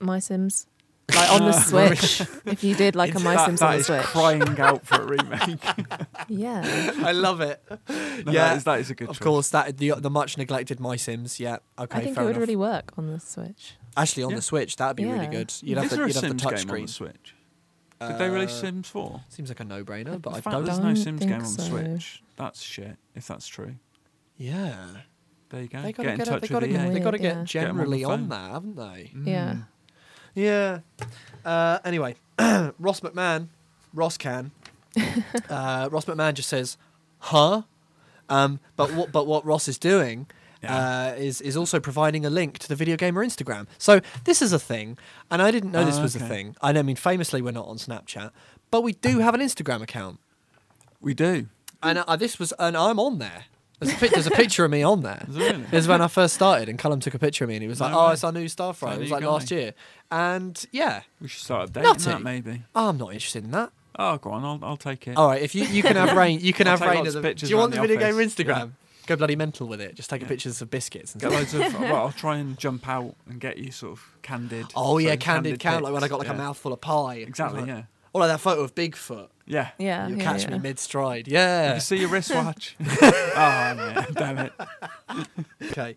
C: My Sims. Like
B: *laughs*
C: on the Switch. if you did like a My
B: that,
C: Sims
B: that
C: on the
B: is
C: Switch.
B: crying out for
A: *laughs*
B: a remake.
C: Yeah.
A: *laughs* I love it.
B: No,
A: yeah,
B: that is, that is a good.
A: of
B: choice.
A: course, that the the much neglected My Sims. Yeah. Okay.
C: I think it
A: fair
C: would
A: enough.
C: really work on the Switch.
A: Actually, on
B: Yeah.
A: the Switch, that'd be really
C: Yeah.
A: good. You'd
B: is
A: have the,
B: there a
A: you'd have the
B: Sims
A: touch
B: game on
A: screen.
B: the Switch? Did they release
A: Uh,
B: Sims 4?
A: Seems like a no-brainer, but
B: the
A: I
B: fact
A: don't.
B: there's no
C: don't
B: Sims game
C: think
B: on the
C: so.
B: Switch. That's shit. If that's true,
A: Yeah.
B: there you go.
A: They
B: Get
A: gotta
B: in
A: get,
B: touch
A: they gotta
B: with E
A: get,
B: EA.
A: they gotta
C: Weird,
A: get
C: yeah.
B: Get 'em on
A: generally
B: the
A: on,
B: phone.
A: that, haven't they?
C: Yeah.
A: Mm. Yeah. Uh, anyway, *clears throat* Ross McMahon, Ross *laughs* can, uh, Ross McMahon just says, "Huh." Um, but what but what Ross is doing
B: Yeah.
A: uh, is is also providing a link to the video gamer Instagram. So this is a thing, and I didn't know this
B: Ah,
A: was a
B: okay.
A: thing. I know, I mean, famously, we're not on Snapchat, but we do have an Instagram account,
B: We do.
A: and uh, this was, and I'm on there. There's a, pic- there's a picture of me on there.
B: Is there really?
A: It was when I first started, and Cullum took a picture of me, and he was like,
B: No
A: "Oh,
B: way.
A: it's our new star fry."
B: So
A: It was
B: new
A: like
B: guy.
A: last year, and yeah,
B: We should start updating
A: Nutty.
B: that maybe.
A: I'm not interested in that.
B: Oh, go on. I'll, I'll take it.
A: All right, if you, you can
B: *laughs*
A: have rain, you can
B: I'll
A: have
B: take
A: rain.
B: lots
A: As
B: of
A: a, do
B: pictures
A: you want the
B: around the
A: video game
B: office.
A: Instagram? Go bloody mental with it. Just take
B: Yeah.
A: pictures of biscuits and
B: Get
A: stuff.
B: loads of. *laughs* well, I'll try and jump out and get you sort of candid.
A: Oh yeah,
B: sort of
A: candid count. Like when I
B: pics.
A: got like a
B: Yeah.
A: mouthful of pie.
B: Exactly.
A: Like-
B: Yeah. Oh,
A: Or like that photo of Bigfoot.
B: Yeah.
C: Yeah.
A: You'll
C: yeah,
A: catch
C: yeah.
A: me mid stride. Yeah.
B: You see
A: *laughs*
B: your wristwatch. *laughs* oh man, damn it.
A: okay.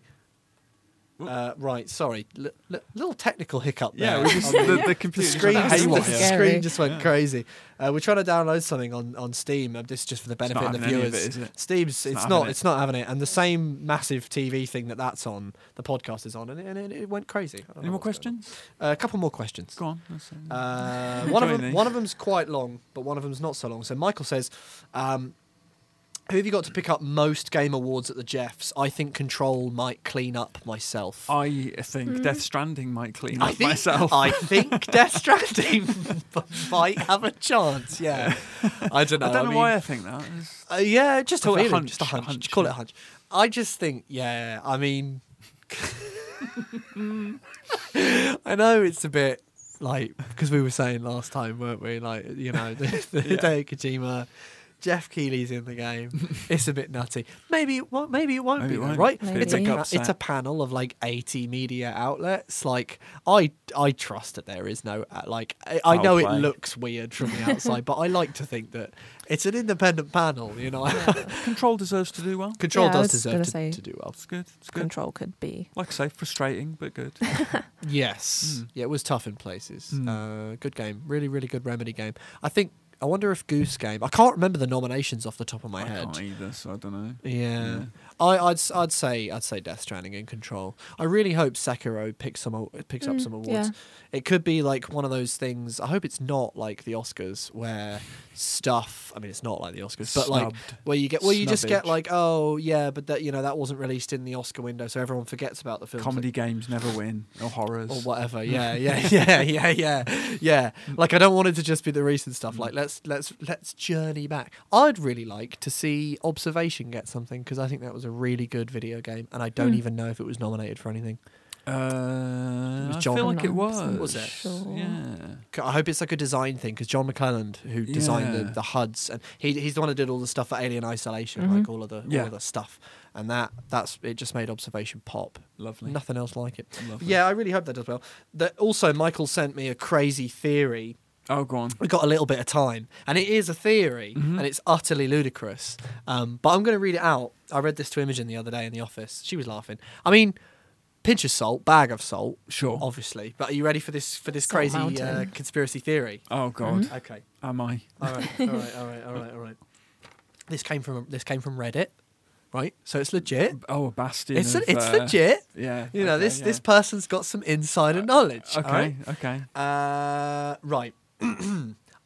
B: Whoop.
A: Uh, right. Sorry. L- l- little technical hiccup there. Um,
B: Yeah, we just,
A: on the-
B: the, the
A: The
B: computer just
A: screen,
B: went
A: just,
B: haywire.
A: the
C: haywire.
A: screen just went
B: Yeah.
A: crazy. Uh, we're trying to download something on, on Steam. Um, this is just for the benefit
B: not
A: of the
B: having any
A: viewers.
B: of it, is it?
A: Steam's it's,
B: not
A: not,
B: having it.
A: it's not having it. And the same massive TV thing that that's on, the podcast is on, and it, and it, it went crazy. I don't
B: Any
A: know
B: more
A: what's going on.
B: questions?
A: Uh, a couple more questions.
B: Go on. let's, uh,
A: Uh, one of
B: Enjoying
A: them,
B: these.
A: one of them's quite long, but one of them's not so long. So Michael says, um, "Who have you got to pick up most game awards at the Jeffs? I think Control might clean up myself.
B: I think
A: Hmm.
B: Death Stranding might clean
A: I
B: up
A: think,
B: myself.
A: I think Death Stranding *laughs* might have a chance. Yeah, *laughs* I don't know.
B: I don't know
A: mean,
B: why I think that. It's-
A: uh, yeah, just
B: Call
A: a
B: it a
A: feeling,
B: hunch,
A: just a
B: a
A: hunch.
B: hunch,
A: Call it
B: yeah.
A: a hunch. I just think, yeah. I mean, *laughs* I know it's a bit like because we were saying last time, weren't we? Like you know,
B: *laughs*
A: the, the Hideo Kojima, Jeff Keighley's in the
B: *laughs*
A: game. It's a bit nutty. Maybe it won't. Maybe it won't be
B: Maybe it
A: though,
B: won't.
A: right.
C: Maybe.
A: It's a
C: People
A: pa-
B: get
A: it's a
B: upset.
A: panel of like eighty media outlets. Like I I trust that there is no uh, like I, I
B: Foul
A: know it
B: play.
A: looks weird from the outside, but I like to think that it's an independent panel. You know,
B: Control deserves to do well.
A: *laughs* Control
C: Yeah, I
A: does
C: was
A: deserve
C: gonna
A: to,
C: say-
A: to do well.
B: It's good. It's good.
C: Control could be.
B: Like I say, frustrating but good.
A: Yes.
B: Mm.
A: Yeah, it was tough in places.
B: Mm.
A: Uh, good game. Really, really good remedy game. I think. I wonder if Goose Game. I can't remember the nominations off the top of my
B: I
A: head.
B: can't either, so I don't know.
A: Yeah.
B: Yeah.
A: I, I'd s- I'd say I'd say Death Stranding and Control. I really hope Sekiro picks some aw- picks up
C: Mm,
A: some awards. It could be like one of those things. I hope it's not like the Oscars where stuff. I mean, it's not like the Oscars, but like
B: Snubbed.
A: where you get well, you just get
B: Snubbage.
A: like oh yeah, but that you know that wasn't released in the Oscar window, so everyone forgets about the film.
B: Comedy games never win, or horrors.
A: or
B: *laughs*
A: whatever. Yeah, yeah, *laughs* yeah, yeah, yeah, yeah. Like I don't want it to just be the recent stuff. Like let's let's let's journey back. I'd really like to see Observation get something because I think that was a really good video game, and I don't
C: Hmm.
A: even know if it was nominated for anything.
B: Uh,
A: was
B: I
A: John.
B: feel like it
C: I'm
B: was.
C: not
A: Was it?
C: sure.
B: Yeah.
A: I hope it's like a design thing because John McClelland, who designed the,
B: Yeah.
A: the HUDs, and he, he's the one who did all the stuff for Alien Isolation, like all of the all
B: Yeah.
A: of the stuff, and that that's it just made observation pop.
B: Lovely.
A: Nothing else like it.
B: Lovely.
A: Yeah, I really hope that does well. That also, Michael sent me a crazy theory.
B: Oh, go on.
A: We got a little bit of time, and it is a theory, and it's utterly ludicrous. Um, but I'm going to read it out. I read this to Imogen the other day in the office. She was laughing. I mean, pinch of salt, bag of salt,
B: Sure.
A: obviously. But are you ready for this for this
C: Salt
A: crazy uh,
C: mountain.
A: conspiracy theory?
B: Oh God.
A: Okay.
B: Am I?
A: All right. All right. All right. All right. All right. This came from this came from Reddit, right? So it's legit.
B: Oh, a bastion.
A: It's
B: of,
A: it's
B: uh,
A: legit.
B: Yeah.
A: You know
B: okay,
A: this
B: yeah.
A: this person's got some insider knowledge. all
B: Okay.
A: right?
B: Okay.
A: Uh, right. *clears throat*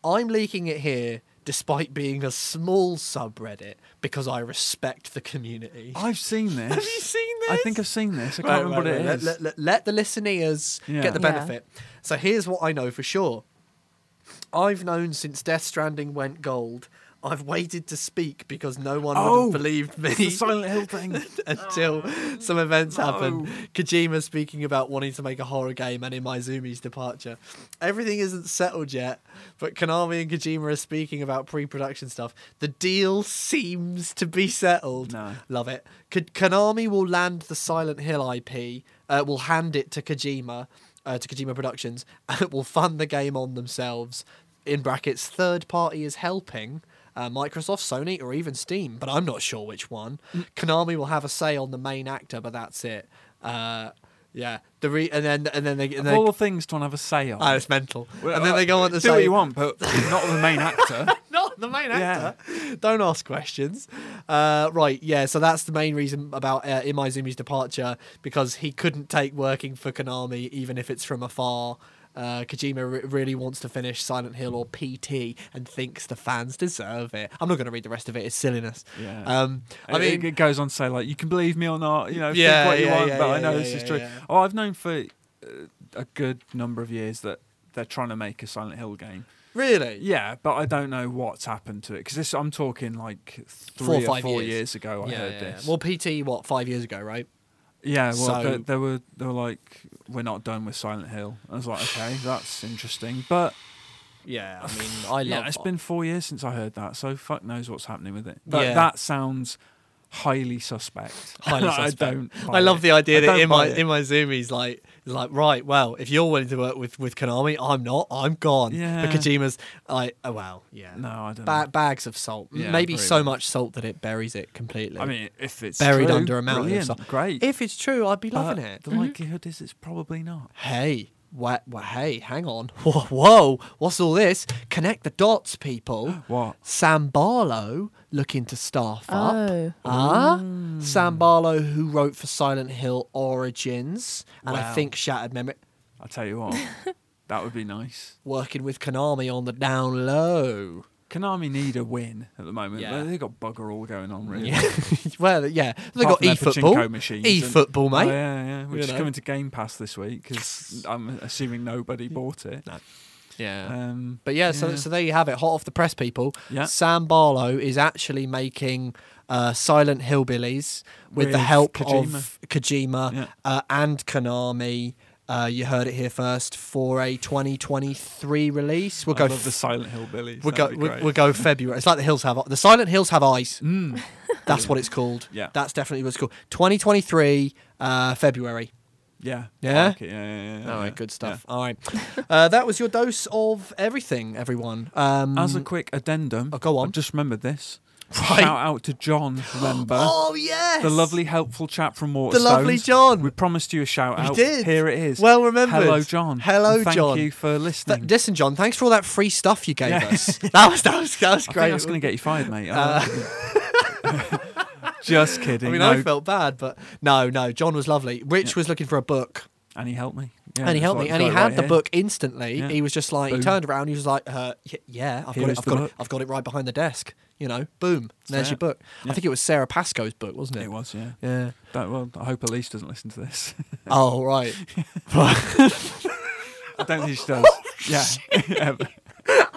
A: I'm leaking it here despite being a small subreddit because I respect the community.
B: I've seen this.
A: Oh, *laughs* Have you seen this?
B: I think I've seen this. I can't
A: Right,
B: remember
A: right,
B: what
A: right.
B: it is.
A: Let, let- let the listeners
B: Yeah.
A: get the
C: Yeah.
A: benefit. So here's what I know for sure. I've known since Death Stranding went gold. I've waited to speak because no one
B: Oh,
A: would have believed me
B: It's the Silent
A: *laughs*
B: Hill thing.
A: until some events happen.
B: Oh, no.
A: Kojima speaking about wanting to make a horror game and Imaizumi's departure. Everything isn't settled yet, but Konami and Kojima are speaking about pre-production stuff. The deal seems to be settled.
B: No.
A: Love it. Ko- Konami will land the Silent Hill IP, uh, will hand it to Kojima, uh, to Kojima Productions, *laughs* and will fund the game on themselves. In brackets, third party is helping. Uh, Microsoft, Sony, or even Steam, but I'm not sure which one.
B: Mm.
A: Konami will have a say on the main actor, but that's it. Uh, yeah, the re- and then and then they and
B: Of
A: then,
B: all the things to want to have a say on.
A: oh, it's mental.
B: Well, uh,
A: and then they go on to
B: do
A: say
B: what you
A: *laughs*
B: want, but not the main actor.
A: not the main actor. Don't ask questions. Uh, right, yeah, so that's the main reason about uh, Imaizumi's departure because he couldn't take working for Konami, even if it's from afar. Uh, Kojima re- really wants to finish Silent Hill or PT and thinks the fans deserve it. I'm not going to read the rest of it, it's silliness.
B: Yeah.
A: Um, I
B: I
A: mean,
B: mean, it goes on to say like you can believe me or not, you know,
A: Yeah,
B: think what you
A: yeah,
B: want,
A: yeah,
B: but
A: yeah,
B: I know
A: yeah,
B: this is
A: yeah,
B: true.
A: yeah.
B: Oh, I've known for uh, a good number of years that they're trying to make a Silent Hill game.
A: really?
B: Yeah, but I don't know what's happened to it because this I'm talking like three
A: Four or
B: or
A: five
B: four
A: years.
B: years. ago. I heard this.
A: Well, PT, what, five years ago, right?
B: yeah, well,
A: so-
B: they, they were they were like, we're not done with Silent Hill. I was like, okay, that's interesting, but
A: Yeah, I
B: *sighs*
A: mean, I love
B: yeah, it's been four years since I heard that, so fuck knows what's happening with it. But
A: Yeah.
B: that sounds highly suspect.
A: *laughs*
B: *laughs*
A: highly
B: I
A: suspect.
B: don't. buy
A: I love
B: it.
A: the idea
B: I
A: that
B: don't
A: in my
B: buy it.
A: in my Zoomies like is like right. Well, if you're willing to work with with Konami, I'm not. I'm gone.
B: Yeah.
A: But Kojima's like, oh well, yeah.
B: No, I don't.
A: Ba-
B: know.
A: bags of salt.
B: Yeah,
A: Maybe
B: very
A: so
B: much.
A: much salt that it buries it completely.
B: I mean, if it's
A: buried
B: true,
A: under a mountain of
B: brilliant,
A: stuff.
B: great.
A: if it's true, I'd be
B: But
A: loving it. Mm-hmm.
B: The likelihood is it's probably not.
A: Hey, what? what hey, hang on. *laughs* Whoa, whoa, what's all this? Connect the dots,
B: *gasps*
A: people.
B: What?
A: Sam Barlow looking to staff
C: Oh.
A: up. Ah, Sam Barlow, who wrote for Silent Hill Origins, and I
B: Wow.
A: think Shattered Memory,
B: I tell
A: *laughs*
B: you what, that would be nice.
A: working with Konami on the down low.
B: Konami need a win at the moment.
A: Yeah.
B: They- They've got bugger all going on, really.
A: Yeah, *laughs* well, yeah, they got
B: Apart from their
A: e football,
B: pachinko machines
A: e
B: and-
A: football,
B: Oh,
A: mate.
B: yeah, yeah. Which
A: You
B: is
A: know.
B: coming to Game Pass this week because I'm assuming
A: *laughs*
B: nobody bought it.
A: yeah.
B: Um,
A: But yeah, so so there you have it, hot off the press, people.
B: Yeah.
A: Sam Barlow is actually making uh, Silent Hillbillies with, the
B: With
A: help of
B: Kojima.
A: Kojima
B: Yeah.
A: uh, and Konami. Uh, you heard it here first for a 2023 release. We'll
B: I
A: go.
B: love the
A: f-
B: Silent Hill Billies.
A: we'll go.
B: That'd be
A: We'll,
B: great.
A: we'll go February. It's like the hills have the Silent Hills have
B: *laughs*
A: eyes.
B: Mm.
A: That's what it's called.
B: Yeah.
A: That's definitely what it's called. 2023 uh, February.
B: Yeah.
A: Yeah?
B: I like it, yeah, yeah, yeah,
A: All
B: Oh, yeah,
A: right, good
B: yeah.
A: stuff. All right, *laughs* uh, that was your dose of everything, everyone. Um,
B: As a quick addendum,
A: Oh, go on.
B: I just remembered this.
A: Right.
B: Shout out to
A: *gasps*
B: John, remember?
A: oh yes,
B: The lovely, helpful chap from Waterstones.
A: The lovely John.
B: We promised you a shout
A: We
B: out.
A: did.
B: Here it is.
A: Well remembered.
B: Hello, John.
A: Hello,
B: And thank
A: John.
B: you for
A: Th-
B: listening.
A: listen, John, thanks for all that free stuff you gave
B: Yeah. *laughs*
A: us. That was that was that was
B: I
A: great. Uh,
B: think that's going to get you fired, mate.
A: *laughs*
B: just kidding.
A: I mean,
B: no.
A: I felt bad, but no, no. John was lovely. Rich was looking for a book,
B: and he helped me. Yeah,
A: and he
B: it's
A: helped
B: like,
A: me, and he
B: got it
A: had
B: right
A: the
B: here.
A: book instantly.
B: Yeah.
A: He was just like, he
B: Boom.
A: turned around, he was like, uh, y- "Yeah, I've
B: Here
A: got it.
B: is
A: I've
B: the
A: got it.
B: book.
A: I've got it right behind the desk." You know, boom. There's
B: there.
A: your book. I
B: Yeah.
A: think it was Sarah Pascoe's book, wasn't it?
B: It was, yeah.
A: Yeah.
B: That, well, I hope Elise doesn't listen to this.
A: Oh right. Right. Oh,
B: *laughs* I don't think she does. yeah.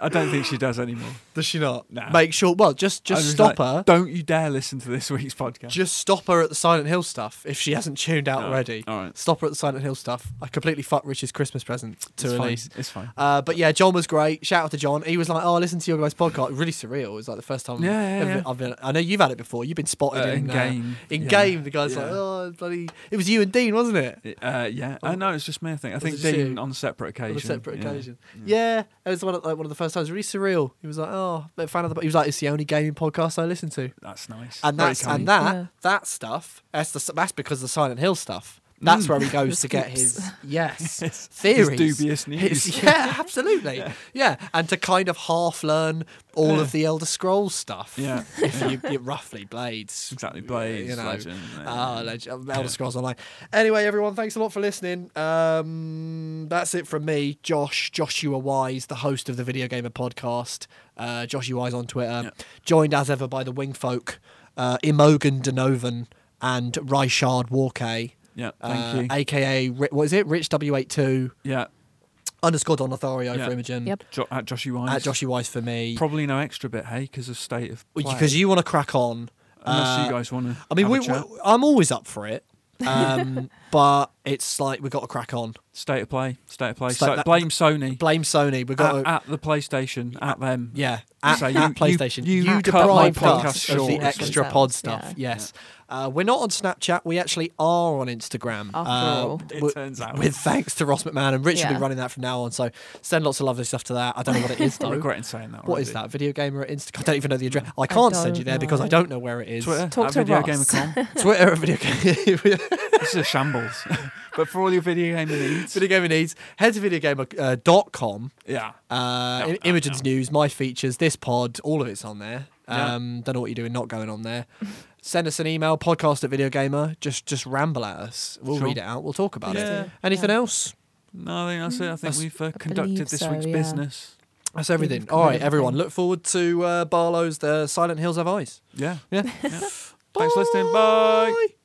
B: I don't think she does anymore.
A: Does she not?
B: *laughs* Nah.
A: Make sure. Well, just
B: I
A: just
B: was
A: stop
B: like,
A: her.
B: Don't you dare listen to this week's podcast.
A: Just stop her at the Silent Hill stuff if she hasn't tuned out
B: No,
A: already.
B: Oh, all right.
A: Stop her at the Silent Hill stuff. I completely fucked Rich's Christmas present to
B: it's
A: release.
B: Fine. It's fine.
A: Uh, but yeah, John was great. Shout out to John. He was like, "Oh, listen to your guys' podcast. Really surreal. It was like the first time.
B: Yeah, yeah,
A: ever-
B: yeah.
A: I've been. I know you've had it before. You've been spotted
B: Uh,
A: in,
B: in
A: uh,
B: game.
A: in
B: Yeah.
A: game, the guys like,
B: Yeah.
A: "Oh, bloody!" It was you and Dean, wasn't it?
B: Uh, yeah, I know it's just me. I think I think
A: it oh. just
B: Dean
A: you?
B: on a separate occasion.
A: On a separate
B: yeah.
A: occasion. Yeah. it was one of, like one of the first times. Really surreal. He was like, "Oh, but fan of the." He was like, "It's the only gaming podcast I listen to."
B: That's nice.
A: And
B: Very
A: that's and
B: kind.
A: that
C: Yeah.
A: that stuff. That's the that's because of the Silent Hill stuff. That's
B: Mm.
A: where he goes to get
C: scoops.
A: his yes,
B: *laughs* His-
A: theories.
B: his dubious news.
A: His- *laughs* yeah, absolutely. yeah. and to kind of half learn all
B: Yeah.
A: of the Elder Scrolls stuff.
B: Yeah.
A: *laughs* if you, you roughly Blades.
B: *laughs* exactly. Blades,
A: you know.
B: Legend. *laughs*
A: Ah, Leg- Elder
B: Yeah.
A: Scrolls Online. Anyway, everyone, thanks a lot for listening. Um, that's it from me, Josh, Joshua Wise, the host of the Video Gamer podcast. Uh, Joshua Wise on Twitter.
B: Yeah.
A: Joined as ever by the Wingfolk, uh, Imogen Denovan and Richard Warkay.
B: Yeah,
A: uh,
B: thank you.
A: AKA, Ri- what is it? Rich W82
B: yeah,
A: underscore Don Lothario
B: Yeah.
A: for Imogen.
C: Yep.
B: jo- at Joshy Wise.
A: At Joshua Wise for me.
B: Probably no extra bit, hey, because of state of play.
A: Because you want to crack on.
B: unless
A: Uh,
B: you guys want to.
A: I mean,
B: have
A: we,
B: a chat.
A: we- I'm always up for it, um, *laughs* but it's like we've got to crack on.
B: state of play, state of play.
A: Sta-
B: So,
A: that-
B: blame Sony.
A: Blame Sony. We've got
B: at,
A: to,
B: at the PlayStation, at them.
A: yeah. At,
B: Uh, So
A: at
B: you- you-
A: PlayStation, you,
B: you cut my
A: deprived
B: podcast
A: us of
B: short,
A: the
B: essentially.
A: extra pod
C: Yeah.
A: stuff. Yes, Uh, we're not on Snapchat. We actually are on Instagram.
C: After
A: uh,
C: all.
B: It
A: wi-
B: turns out.
A: with thanks to Ross McMahon and Rich will
C: Yeah.
A: be running that from now on. So send lots of lovely stuff to that. I don't know what it
C: *laughs*
A: is
B: I'm
A: though.
B: regretting saying that.
A: What is
B: already.
A: that? Video gamer at Instagram. I don't even know the address. I can't send you
C: don't
A: there because I
C: know.
A: don't know where it is.
B: Twitter.
C: Talk
B: at
C: to
B: video
C: Ross. *laughs*
B: gamer.com.
A: *laughs* Twitter at video gamer.
B: this is a shambles. *laughs* but for all your video gaming
A: *laughs*
B: needs,
A: video uh, gamer needs. Head to videogamer.com.
B: yeah.
A: Uh,
B: No,
A: Im-
B: no,
A: Imogen's news, my features, this pod, all of it's on there.
B: Yeah.
A: Um, Don't know what you're doing, not going on there. *laughs* Send us an email, podcast at videogamer. Just just ramble at us. We'll
B: Sure.
A: read it out. We'll talk about
B: Yeah.
A: it. Anything
C: Yeah.
A: else?
B: No, I think that's it. I think
A: That's-
B: we've uh,
C: believe
B: conducted this
C: so,
B: week's
C: yeah.
B: business.
A: That's everything.
C: we've
A: All right,
C: covered
A: everyone.
C: everything.
A: Look forward to uh, Barlow's The Silent Hills Have Eyes.
B: Yeah.
A: Yeah.
B: Thanks for listening. Bye.
A: Bye.